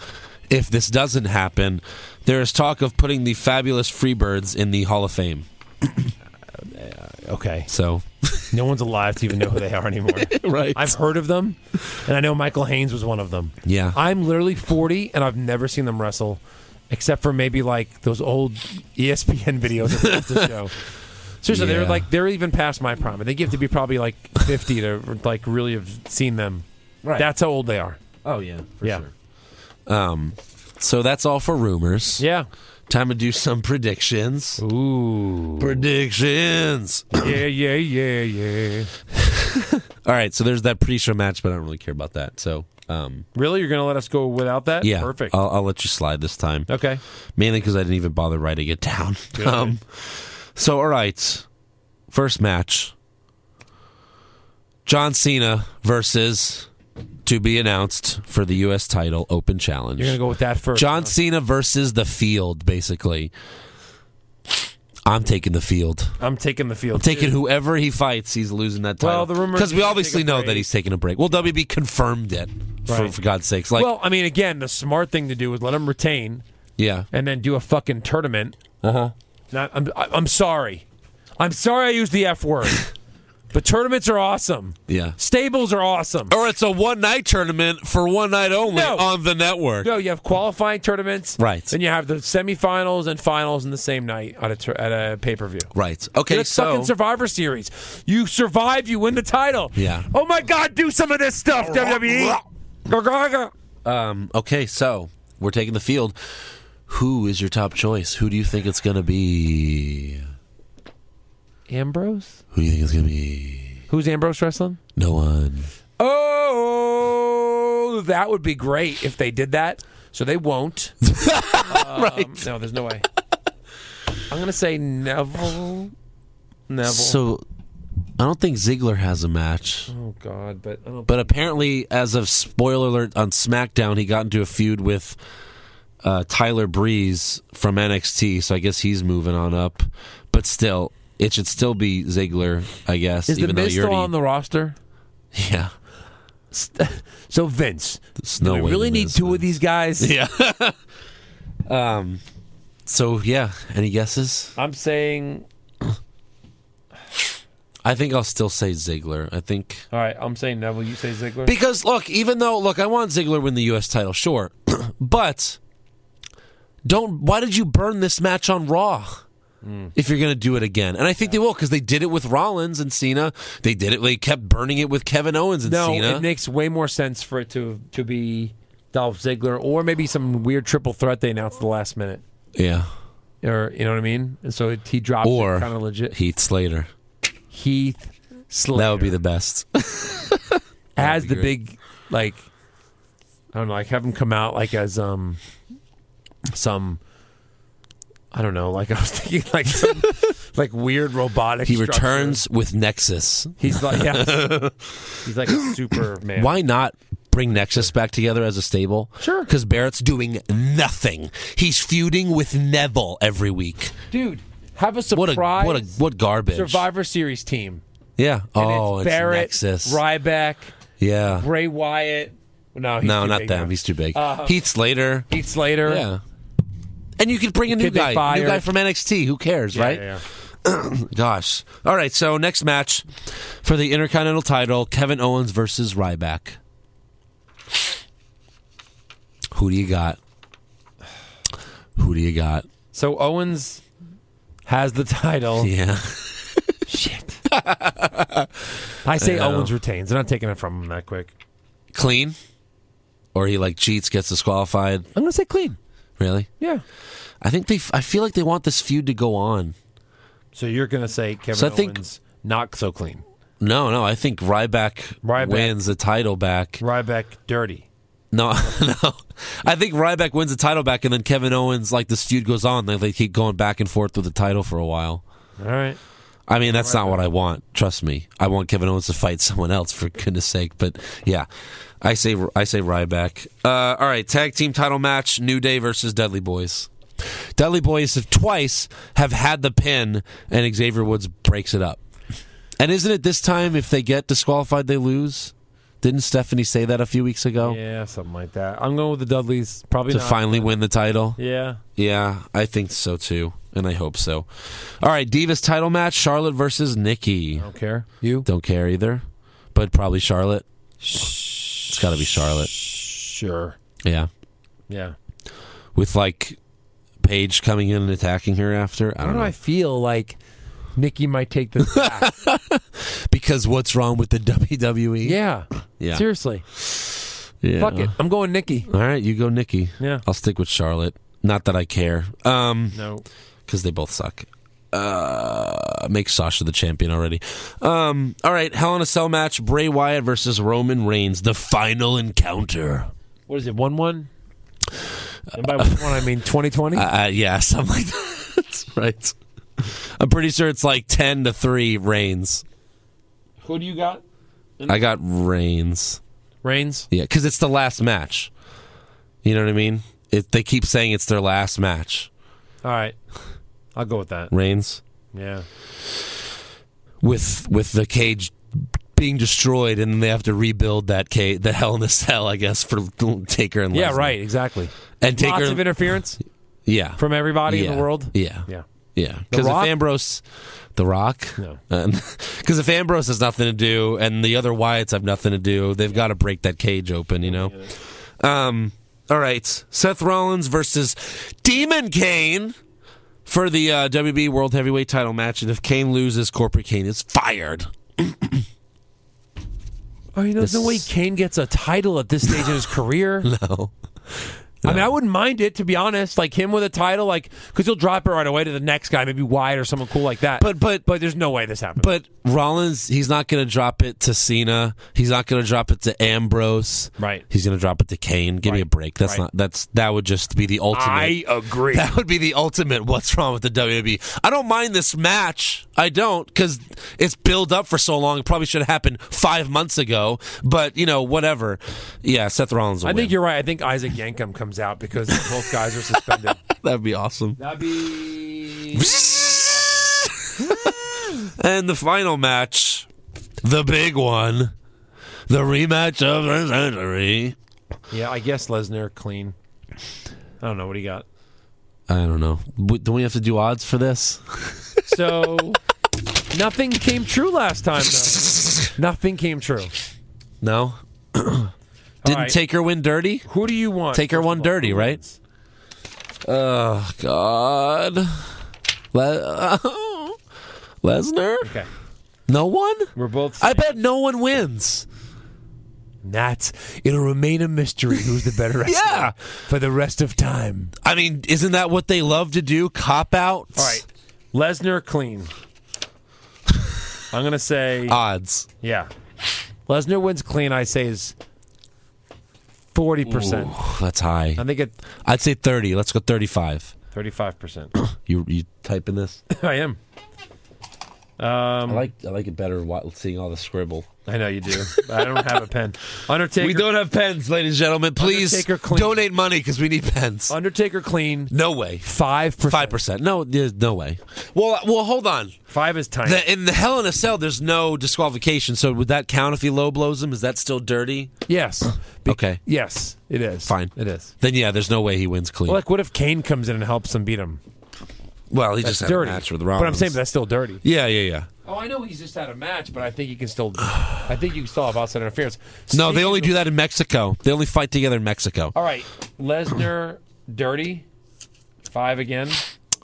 Speaker 4: if this doesn't happen, there is talk of putting the fabulous Freebirds in the Hall of Fame.
Speaker 5: Okay.
Speaker 4: So
Speaker 5: No one's alive to even know who they are anymore.
Speaker 4: right,
Speaker 5: I've heard of them, and I know Michael Haynes was one of them.
Speaker 4: Yeah.
Speaker 5: I'm literally 40, and I've never seen them wrestle, except for maybe like those old E ESPN videos of them at the show. Seriously, they're
Speaker 4: Yeah.
Speaker 5: like they're even past my prime. I think you have to be probably like 50 to like really have seen them.
Speaker 4: Right.
Speaker 5: That's how old they are.
Speaker 4: oh yeah, for
Speaker 5: Yeah.
Speaker 4: Um, So that's all for rumors.
Speaker 5: Yeah.
Speaker 4: Time to do some predictions.
Speaker 5: Ooh.
Speaker 4: Predictions.
Speaker 5: yeah, yeah, yeah, yeah.
Speaker 4: All right, so there's that pre-show match, but I don't really care about that. So, um,
Speaker 5: Really, you're gonna let us go without that?
Speaker 4: yeah,
Speaker 5: Perfect.
Speaker 4: I'll, I'll let you slide this time.
Speaker 5: okay.
Speaker 4: mainly because I didn't even bother writing it down. Um, so, all right, first match: John Cena versus to be announced for the U.S. title open challenge.
Speaker 5: You're gonna go with that first.
Speaker 4: John Cena versus the field, basically. I'm taking the field.
Speaker 5: I'm taking the field.
Speaker 4: Taking whoever he fights, he's losing that title.
Speaker 5: Well, the rumor
Speaker 4: because
Speaker 5: is
Speaker 4: we
Speaker 5: he's
Speaker 4: obviously
Speaker 5: taking a
Speaker 4: know
Speaker 5: break.
Speaker 4: that he's taking a break. Well, WB confirmed it for,
Speaker 5: Right.
Speaker 4: for God's sakes. Like,
Speaker 5: well, I mean, again, the smart thing to do is let him retain
Speaker 4: yeah,
Speaker 5: and then do a fucking tournament.
Speaker 4: uh huh.
Speaker 5: Not, I'm, I- I'm sorry. I'm sorry I used the F word. but tournaments are awesome.
Speaker 4: Yeah,
Speaker 5: Stables are awesome.
Speaker 4: or it's a one night tournament for one night only
Speaker 5: No.
Speaker 4: on the network.
Speaker 5: No, you have qualifying tournaments.
Speaker 4: Right.
Speaker 5: Then you have the semifinals and finals in the same night on a tur- at a pay per view.
Speaker 4: Right. Okay.
Speaker 5: It's fucking Survivor Series. You survive, you win the title.
Speaker 4: Yeah.
Speaker 5: Oh my God, do some of this stuff, E. WWE. Gargaga.
Speaker 4: um, okay. So we're taking the field. Who is your top choice? Who do you think it's gonna be?
Speaker 5: Ambrose?
Speaker 4: Who do you think it's gonna be?
Speaker 5: Who's Ambrose wrestling?
Speaker 4: No one.
Speaker 5: Oh, that would be great if they did that. So they won't. Um, no, there's no way. I'm gonna say Neville. Neville.
Speaker 4: So I don't think Ziggler has a match,
Speaker 5: oh God, but I don't.
Speaker 4: but apparently, as of spoiler alert on SmackDown, he got into a feud with uh, Tyler Breeze from NXT. So I guess he's moving on up. But still, it should still be Ziggler, I guess.
Speaker 5: Is the
Speaker 4: even though
Speaker 5: Miz
Speaker 4: you
Speaker 5: still
Speaker 4: already-
Speaker 5: on the roster?
Speaker 4: yeah.
Speaker 5: So Vince,
Speaker 4: There's no
Speaker 5: we
Speaker 4: way
Speaker 5: really
Speaker 4: The
Speaker 5: need
Speaker 4: Miz
Speaker 5: two
Speaker 4: wins.
Speaker 5: of these guys.
Speaker 4: Yeah. um. So yeah, any guesses?
Speaker 5: I'm saying.
Speaker 4: I think I'll still say Ziggler. I think
Speaker 5: All right, I'm saying Neville. You say Ziggler.
Speaker 4: because look, even though look, I want Ziggler to win the U.S. title, sure, but don't. Why did you burn this match on Raw? If you're gonna do it again, and I think they will, because they did it with Rollins and Cena. They did it. They kept burning it with Kevin Owens and
Speaker 5: no,
Speaker 4: Cena.
Speaker 5: it makes way more sense for it to to be Dolph Ziggler or maybe some weird triple threat they announced at the last minute.
Speaker 4: yeah,
Speaker 5: Or you know what I mean? And so it, he drops
Speaker 4: Or-
Speaker 5: kind of legit.
Speaker 4: Heath Slater.
Speaker 5: Heath Slater
Speaker 4: That would be the best.
Speaker 5: as the
Speaker 4: great.
Speaker 5: big like I don't know, like have him come out like as um some I don't know, like I was thinking like some like weird robotic.
Speaker 4: He
Speaker 5: structure.
Speaker 4: returns with Nexus.
Speaker 5: He's like yeah. He's like a Superman.
Speaker 4: Why not bring Nexus back together as a stable? Sure. Because Barrett's doing nothing. He's feuding with Neville every week.
Speaker 5: dude? Have a
Speaker 4: What
Speaker 5: surprise
Speaker 4: a what a what garbage.
Speaker 5: Survivor Series team.
Speaker 4: Yeah.
Speaker 5: And
Speaker 4: oh,
Speaker 5: it's
Speaker 4: it's,
Speaker 5: Barrett,
Speaker 4: Nexus.
Speaker 5: Ryback,
Speaker 4: Yeah.
Speaker 5: Bray Wyatt, No, he's
Speaker 4: No,
Speaker 5: too
Speaker 4: not
Speaker 5: big
Speaker 4: them.
Speaker 5: now. Uh-huh.
Speaker 4: He's too big. Heath Slater.
Speaker 5: Heath Slater.
Speaker 4: Yeah. And you could bring a new
Speaker 5: Could they
Speaker 4: guy,
Speaker 5: fire-
Speaker 4: new guy from NXT. Who cares, right?
Speaker 5: yeah, yeah.
Speaker 4: Gosh. All right. So next match for the Intercontinental title: Kevin Owens versus Ryback. Who do you got? Who do you got?
Speaker 5: So Owens has the title.
Speaker 4: Yeah.
Speaker 5: Shit. I say
Speaker 4: Yeah.
Speaker 5: Owens retains. They're not taking it from him that quick.
Speaker 4: Clean, or he like cheats, gets disqualified.
Speaker 5: I'm gonna say clean.
Speaker 4: Really?
Speaker 5: Yeah.
Speaker 4: I think they. f- I feel like they want this feud to go on.
Speaker 5: So you're gonna say Kevin
Speaker 4: So I
Speaker 5: Owens
Speaker 4: think-
Speaker 5: not so clean.
Speaker 4: No, no. I think Ryback,
Speaker 5: Ryback.
Speaker 4: wins the title back.
Speaker 5: Ryback dirty.
Speaker 4: No, no. I think Ryback wins the title back, and then Kevin Owens like this feud goes on. They, they keep going back and forth with the title for a while.
Speaker 5: All right.
Speaker 4: I mean, that's not what I want. Trust me, I want Kevin Owens to fight someone else for goodness sake. But yeah, I say I say Ryback. Uh, all right, tag team title match: New Day versus Dudley Boys. Dudley Boys have twice have had the pin, and Xavier Woods breaks it up. And isn't it this time if they get disqualified, they lose? Didn't Stephanie say that a few weeks ago
Speaker 5: Yeah, something like that. I'm going with the Dudleys. Probably
Speaker 4: to
Speaker 5: not.
Speaker 4: finally win the title?
Speaker 5: Yeah.
Speaker 4: Yeah, I think so too, and I hope so. All right, Divas title match: Charlotte versus Nikki.
Speaker 5: Don't care. You?
Speaker 4: Don't care either, but probably Charlotte. It's got to be Charlotte.
Speaker 5: Sure.
Speaker 4: Yeah,
Speaker 5: Yeah.
Speaker 4: with like Paige coming in and attacking her after. I
Speaker 5: How
Speaker 4: don't
Speaker 5: do
Speaker 4: know
Speaker 5: I feel like Nikki might take this back?
Speaker 4: because what's wrong with the E? WWE?
Speaker 5: yeah.
Speaker 4: Yeah.
Speaker 5: Seriously.
Speaker 4: Yeah.
Speaker 5: Fuck it. I'm going Nikki.
Speaker 4: All right, you go, Nikki.
Speaker 5: Yeah.
Speaker 4: I'll stick with Charlotte. Not that I care, um,
Speaker 5: No.
Speaker 4: because they both suck. Uh, make Sasha the champion already. Um, all right, Hell in a Cell match: Bray Wyatt versus Roman Reigns, the final encounter.
Speaker 5: What is it? One one. And by one one, I mean twenty twenty.
Speaker 4: Uh, yeah, something like that. That's right. I'm pretty sure it's like 10 to 3 Reigns.
Speaker 5: Who do you got?
Speaker 4: I got Reigns.
Speaker 5: Reigns.
Speaker 4: Yeah, because it's the last match. You know what I mean? It, they keep saying it's their last match.
Speaker 5: All right. I'll go with that.
Speaker 4: Reigns
Speaker 5: Yeah.
Speaker 4: with with the cage being destroyed, and then they have to rebuild that cage, the Hell in a Cell, I guess, for Taker and
Speaker 5: Yeah.
Speaker 4: Lesnar.
Speaker 5: Right. Exactly.
Speaker 4: And Taker,
Speaker 5: Lots of interference
Speaker 4: yeah,
Speaker 5: from everybody
Speaker 4: yeah,
Speaker 5: in the world.
Speaker 4: yeah,
Speaker 5: Yeah.
Speaker 4: Yeah, because if
Speaker 5: Rock?
Speaker 4: Ambrose, The Rock,
Speaker 5: No.
Speaker 4: because if Ambrose has nothing to do and the other Wyatts have nothing to do, they've got to break that cage open, you know. Um, all right, Seth Rollins versus Demon Kane for the uh, WB World Heavyweight Title match, and if Kane loses, Corporate Kane is fired.
Speaker 5: Oh, you know, there's no way
Speaker 4: This-
Speaker 5: Kane gets a title at this stage in his career.
Speaker 4: No.
Speaker 5: I mean, I wouldn't mind it to be honest. Like him with a title, like because he'll drop it right away to the next guy, maybe Wyatt or someone cool like that.
Speaker 4: But but
Speaker 5: but there's no way this happens.
Speaker 4: but Rollins, he's not going to drop it to Cena. He's not going to drop it to Ambrose.
Speaker 5: Right.
Speaker 4: He's going to drop it to Kane. Give me a
Speaker 5: Right.
Speaker 4: break. That's
Speaker 5: Right.
Speaker 4: not. That's that would just be the ultimate.
Speaker 5: I agree.
Speaker 4: That would be the ultimate what's wrong with the WWE. I don't mind this match. I don't because it's built up for so long. It probably should have happened five months ago, but you know, whatever. Yeah, Seth Rollins will
Speaker 5: I think
Speaker 4: win.
Speaker 5: you're right. I think Isaac Yankum comes out because both guys are suspended.
Speaker 4: That'd be awesome.
Speaker 5: That'd be
Speaker 4: and the final match, the big one, the rematch of the century.
Speaker 5: yeah. I guess Lesnar clean. I don't know what he got.
Speaker 4: I don't know. W- Don't we have to do odds for this?
Speaker 5: So nothing came true last time. though. Nothing came true.
Speaker 4: No. Didn't
Speaker 5: right.
Speaker 4: Taker win dirty?
Speaker 5: Who do you want?
Speaker 4: Taker
Speaker 5: First
Speaker 4: won
Speaker 5: of all,
Speaker 4: dirty,
Speaker 5: who
Speaker 4: right?
Speaker 5: wins?
Speaker 4: Oh God. Le- Lesnar?
Speaker 5: Okay.
Speaker 4: No one?
Speaker 5: We're both.
Speaker 4: I bet no one wins.
Speaker 5: That's it'll remain a mystery who's the better wrestler
Speaker 4: Yeah.
Speaker 5: for the rest of time.
Speaker 4: I mean, isn't that what they love to do? Cop outs?
Speaker 5: All right, Lesnar clean. I'm gonna say
Speaker 4: Uh, Odds.
Speaker 5: yeah. Lesnar wins clean. I say is forty percent.
Speaker 4: Ooh, that's high.
Speaker 5: I think it
Speaker 4: I'd say 30. Let's go 35.
Speaker 5: thirty-five percent.
Speaker 4: You you typing this?
Speaker 5: I am.
Speaker 10: Um,
Speaker 11: I like I like it better while seeing all the scribble.
Speaker 5: I know you do. But I don't have a pen. Undertaker.
Speaker 4: We don't have pens, ladies and gentlemen. Please
Speaker 5: Undertaker clean.
Speaker 4: donate money because we need pens.
Speaker 5: Undertaker clean.
Speaker 4: No way.
Speaker 5: Five percent.
Speaker 4: Five percent. No, there's no way. Well, well, hold on.
Speaker 5: Five is tiny.
Speaker 4: The, in the Hell in a Cell, there's no disqualification. So would that count if he low blows him? Is that still dirty?
Speaker 5: yes.
Speaker 4: Okay,
Speaker 5: Yes, it is.
Speaker 4: Fine.
Speaker 5: It is.
Speaker 4: then yeah, there's no way he wins clean.
Speaker 5: Well, like, what if Kane comes in and helps him beat him?
Speaker 4: well, he
Speaker 5: That's
Speaker 4: just had
Speaker 5: dirty.
Speaker 4: a match with Rollins.
Speaker 5: but I'm saying that's still dirty.
Speaker 4: yeah, yeah, yeah.
Speaker 5: Oh, I know he's just had a match, but I think you can still, I think you can still have outside interference.
Speaker 4: No, they
Speaker 5: Speaking
Speaker 4: only
Speaker 5: of-
Speaker 4: do that in Mexico. They only fight together in Mexico.
Speaker 5: All right, Lesnar, dirty, five again,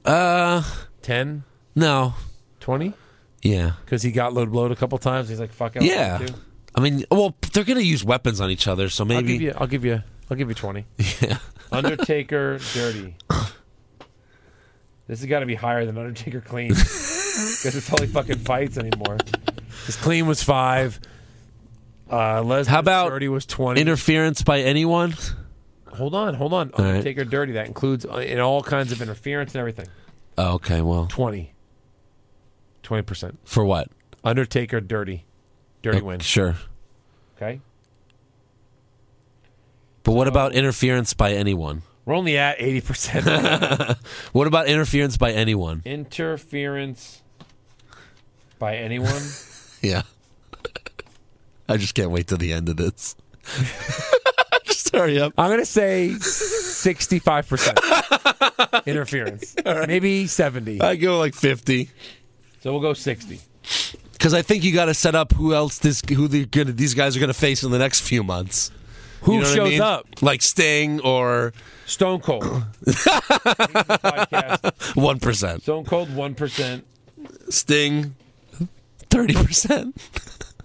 Speaker 4: Uh,
Speaker 5: 10,
Speaker 4: no.
Speaker 5: 20,
Speaker 4: Yeah.
Speaker 5: because he got load blowed a couple times. He's like, fuck, it, I'll
Speaker 4: Yeah.
Speaker 5: do it too.
Speaker 4: I mean, well, they're going to use weapons on each other, so
Speaker 5: I'll give
Speaker 4: maybe.
Speaker 5: you, I'll give you, I'll give you twenty.
Speaker 4: Yeah.
Speaker 5: Undertaker, dirty. This has got to be higher than Undertaker clean, because it's all he fucking fights anymore. His clean was five. Uh, Lesnar
Speaker 4: How about
Speaker 5: dirty was twenty.
Speaker 4: Interference by anyone?
Speaker 5: hold on, hold on.
Speaker 4: right.
Speaker 5: Undertaker dirty. That includes uh, in all kinds of interference and everything.
Speaker 4: Oh, okay, well,
Speaker 5: 20. 20%.
Speaker 4: for what?
Speaker 5: Undertaker dirty. Dirty win.
Speaker 4: Sure.
Speaker 5: Okay.
Speaker 4: But what about interference by anyone?
Speaker 5: We're only at 80%.
Speaker 4: What about interference by anyone?
Speaker 5: Interference by anyone.
Speaker 4: Yeah. I just can't wait till the end of this. just hurry up.
Speaker 5: I'm going to say 65% interference. Maybe 70.
Speaker 4: I go like 50.
Speaker 5: So we'll go 60.
Speaker 4: Because I think you got to set up who else this who they're gonna, these guys are going to face in the next few months.
Speaker 5: Who
Speaker 4: You know what I
Speaker 5: shows
Speaker 4: mean?
Speaker 5: up?
Speaker 4: Like Sting or
Speaker 5: Stone Cold. This podcast.
Speaker 4: 1%.
Speaker 5: Stone Cold 1%.
Speaker 4: Sting, 30%.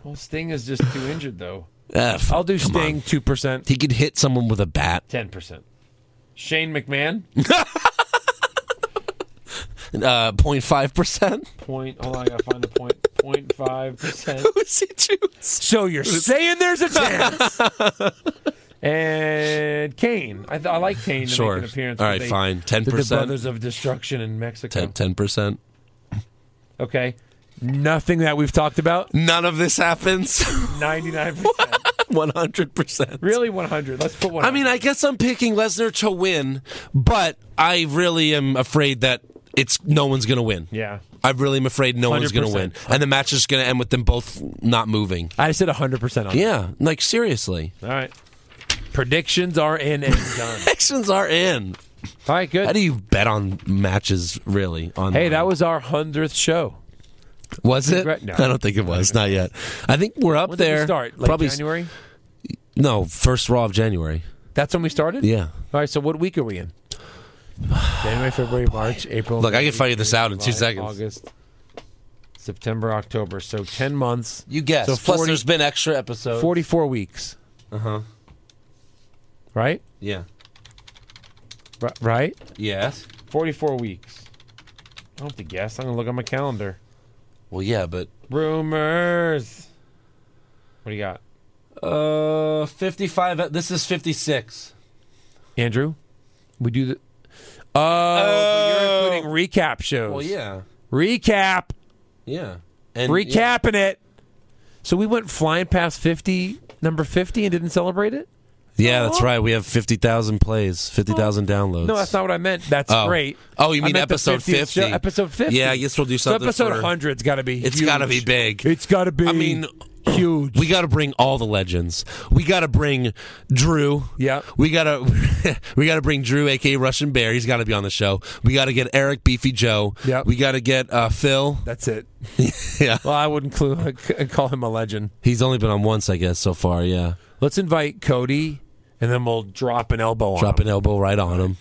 Speaker 5: Well, Sting is just too injured, though.
Speaker 4: Ah, fuck,
Speaker 5: I'll do
Speaker 4: come
Speaker 5: Sting
Speaker 4: on.
Speaker 5: 2%,
Speaker 4: He could hit someone with a bat.
Speaker 5: 10%. Shane McMahon,
Speaker 4: Uh, 0.5%.
Speaker 5: point. Hold on, I gotta find the point. Point five percent.
Speaker 4: Who's he choose?
Speaker 5: So you're saying there's a chance? and Kane, I, th- I like Kane to
Speaker 4: Sure.
Speaker 5: make an appearance.
Speaker 4: All
Speaker 5: when
Speaker 4: right,
Speaker 5: they
Speaker 4: fine.
Speaker 5: did The
Speaker 4: 10%.
Speaker 5: Brothers of Destruction in Mexico.
Speaker 4: 10, 10%.
Speaker 5: Okay, nothing that we've talked about.
Speaker 4: None of this happens.
Speaker 5: Ninety nine percent.
Speaker 4: 100%.
Speaker 5: Really, one hundred. Let's put one.
Speaker 4: I mean, I guess I'm picking Lesnar to win, but I really am afraid that it's no one's going to win.
Speaker 5: yeah,
Speaker 4: I really am afraid no one's going to win.
Speaker 5: 100%.
Speaker 4: And the match is going to end with them both not moving.
Speaker 5: I said hundred percent on. it.
Speaker 4: Yeah, like seriously.
Speaker 5: All right. Predictions are in and done.
Speaker 4: Predictions are in.
Speaker 5: All right,
Speaker 4: How
Speaker 5: good.
Speaker 4: do you bet on matches really on
Speaker 5: Hey, that was our hundredth show.
Speaker 4: Was it?
Speaker 5: Right, no.
Speaker 4: I don't think it was. Not yet. I think we're up
Speaker 5: When did
Speaker 4: there.
Speaker 5: we start? Late
Speaker 4: Probably s-
Speaker 5: January.
Speaker 4: No, first Raw of January.
Speaker 5: That's when we started.
Speaker 4: Yeah.
Speaker 5: All right, so what week are we in? January, February, March, April.
Speaker 4: Look, I
Speaker 5: May,
Speaker 4: can figure this
Speaker 5: June,
Speaker 4: out in two
Speaker 5: July,
Speaker 4: seconds.
Speaker 5: August, September, October. So 10 months,
Speaker 4: You guess.
Speaker 5: So
Speaker 4: Plus,
Speaker 5: 40
Speaker 4: there's been extra episodes.
Speaker 5: 44 weeks. Uh-huh. Uh huh. Right?
Speaker 4: Yeah.
Speaker 5: R- right?
Speaker 4: Yes.
Speaker 5: 44 weeks. I don't have to guess. I'm going to look at my calendar.
Speaker 4: Well, yeah, but
Speaker 5: Rumors. What do you got?
Speaker 4: uh, 55. This is 56.
Speaker 5: Andrew? We do the. Oh, but you're including recap shows.
Speaker 4: Well, yeah,
Speaker 5: Recap.
Speaker 4: yeah. And yeah.
Speaker 5: Recapping it. So we went flying past 50, number 50, and didn't celebrate it?
Speaker 4: Yeah, that's right. We have fifty thousand plays, fifty thousand downloads.
Speaker 5: No, that's not what I meant. That's
Speaker 4: Oh.
Speaker 5: great.
Speaker 4: Oh, you
Speaker 5: I
Speaker 4: mean
Speaker 5: meant the
Speaker 4: episode
Speaker 5: 50th show-
Speaker 4: 50.
Speaker 5: Episode 50.
Speaker 4: Yeah, I guess we'll do
Speaker 5: So
Speaker 4: something.
Speaker 5: episode
Speaker 4: for-
Speaker 5: 100's got to be
Speaker 4: It's
Speaker 5: huge.
Speaker 4: got to be big.
Speaker 8: It's got to be.
Speaker 4: I mean,
Speaker 8: huge.
Speaker 4: we got to bring all the legends. We got to bring Drew.
Speaker 5: Yeah.
Speaker 4: We got to we got to bring Drew, aka Russian Bear. He's got to be on the show. We got to get Eric Beefy Joe.
Speaker 5: Yeah.
Speaker 4: We got to get uh, Phil.
Speaker 5: That's it.
Speaker 4: Yeah.
Speaker 5: Well, I wouldn't clue, uh, call him a legend.
Speaker 4: He's only been on once, I guess, so far. Yeah.
Speaker 5: Let's invite Cody, and then we'll drop an elbow
Speaker 4: Drop
Speaker 5: on
Speaker 4: an elbow right on him.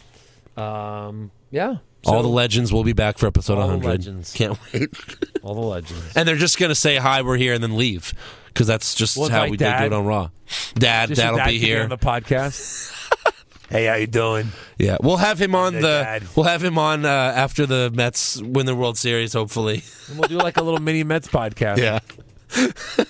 Speaker 5: him. Yeah.
Speaker 4: all the legends will be back for episode
Speaker 5: All the
Speaker 4: 100.
Speaker 5: legends.
Speaker 4: Can't wait.
Speaker 5: All the legends.
Speaker 4: And they're just gonna say hi, we're here, and then leave because that's just
Speaker 5: Well, it's
Speaker 4: how
Speaker 5: like
Speaker 4: we did do
Speaker 5: Dad.
Speaker 4: it on Raw. Dad,
Speaker 5: Just
Speaker 4: Dad'll
Speaker 5: that
Speaker 4: be
Speaker 5: could
Speaker 4: here.
Speaker 5: on the podcast. hey, how you doing?
Speaker 4: yeah, we'll have him on the.
Speaker 5: Hey, Dad.
Speaker 4: We'll have him on uh, after the Mets win the World Series, hopefully.
Speaker 5: And we'll do like a little mini Mets podcast.
Speaker 4: Yeah.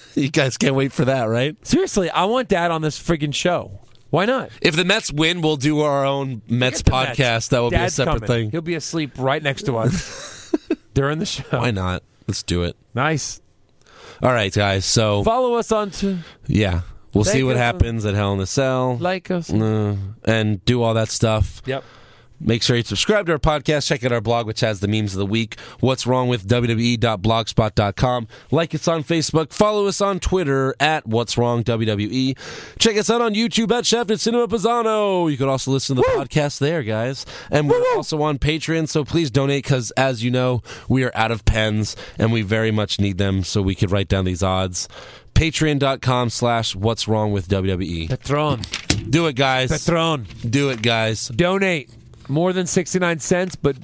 Speaker 4: you guys can't wait for that, right?
Speaker 5: Seriously, I want Dad on this friggin' show. Why not?
Speaker 4: If the Mets win, we'll do our own Mets
Speaker 5: Get the
Speaker 4: podcast.
Speaker 5: Mets.
Speaker 4: That will be a
Speaker 5: Dad's
Speaker 4: separate
Speaker 5: coming.
Speaker 4: thing.
Speaker 5: He'll be asleep right next to us during the show.
Speaker 4: Why not? Let's do it.
Speaker 5: Nice.
Speaker 4: All right, guys. So
Speaker 5: Follow us on to
Speaker 4: yeah, we'll
Speaker 5: Thank
Speaker 4: see what
Speaker 5: you.
Speaker 4: happens at Hell in a Cell.
Speaker 5: like us.
Speaker 4: Uh, and do all that stuff.
Speaker 5: Yep.
Speaker 4: Make sure you subscribe to our podcast. Check out our blog, which has the memes of the week. What's wrong with E WWE.blogspot.com. Like us on Facebook. Follow us on Twitter at What's Wrong WWE. Check us out on YouTube at Shafted Cinema Pisano. You can also listen to the podcast there, guys. And we're also on Patreon, so please donate because, as you know, we are out of pens and we very much need them so we could write down these odds. Patreon.com slash What's Wrong with WWE.
Speaker 5: Patron.
Speaker 4: Do it, guys.
Speaker 5: Patron.
Speaker 4: Do it, guys.
Speaker 5: Donate. More than 69 cents, but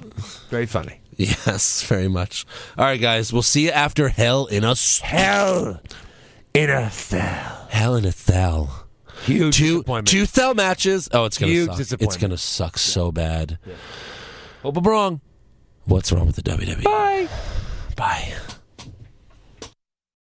Speaker 5: very funny.
Speaker 4: Yes, very much. All right, guys. We'll see you after Hell in a S-
Speaker 5: Hell in a cell.
Speaker 4: Hell in a Thel.
Speaker 5: Huge
Speaker 4: Two
Speaker 5: disappointment.
Speaker 4: two Thel matches. Oh, it's gonna
Speaker 5: Huge
Speaker 4: suck. It's
Speaker 5: disappointment.
Speaker 4: gonna suck so bad.
Speaker 5: Hope I'm wrong.
Speaker 4: What's wrong with the WWE?
Speaker 5: Bye.
Speaker 4: E? Bye.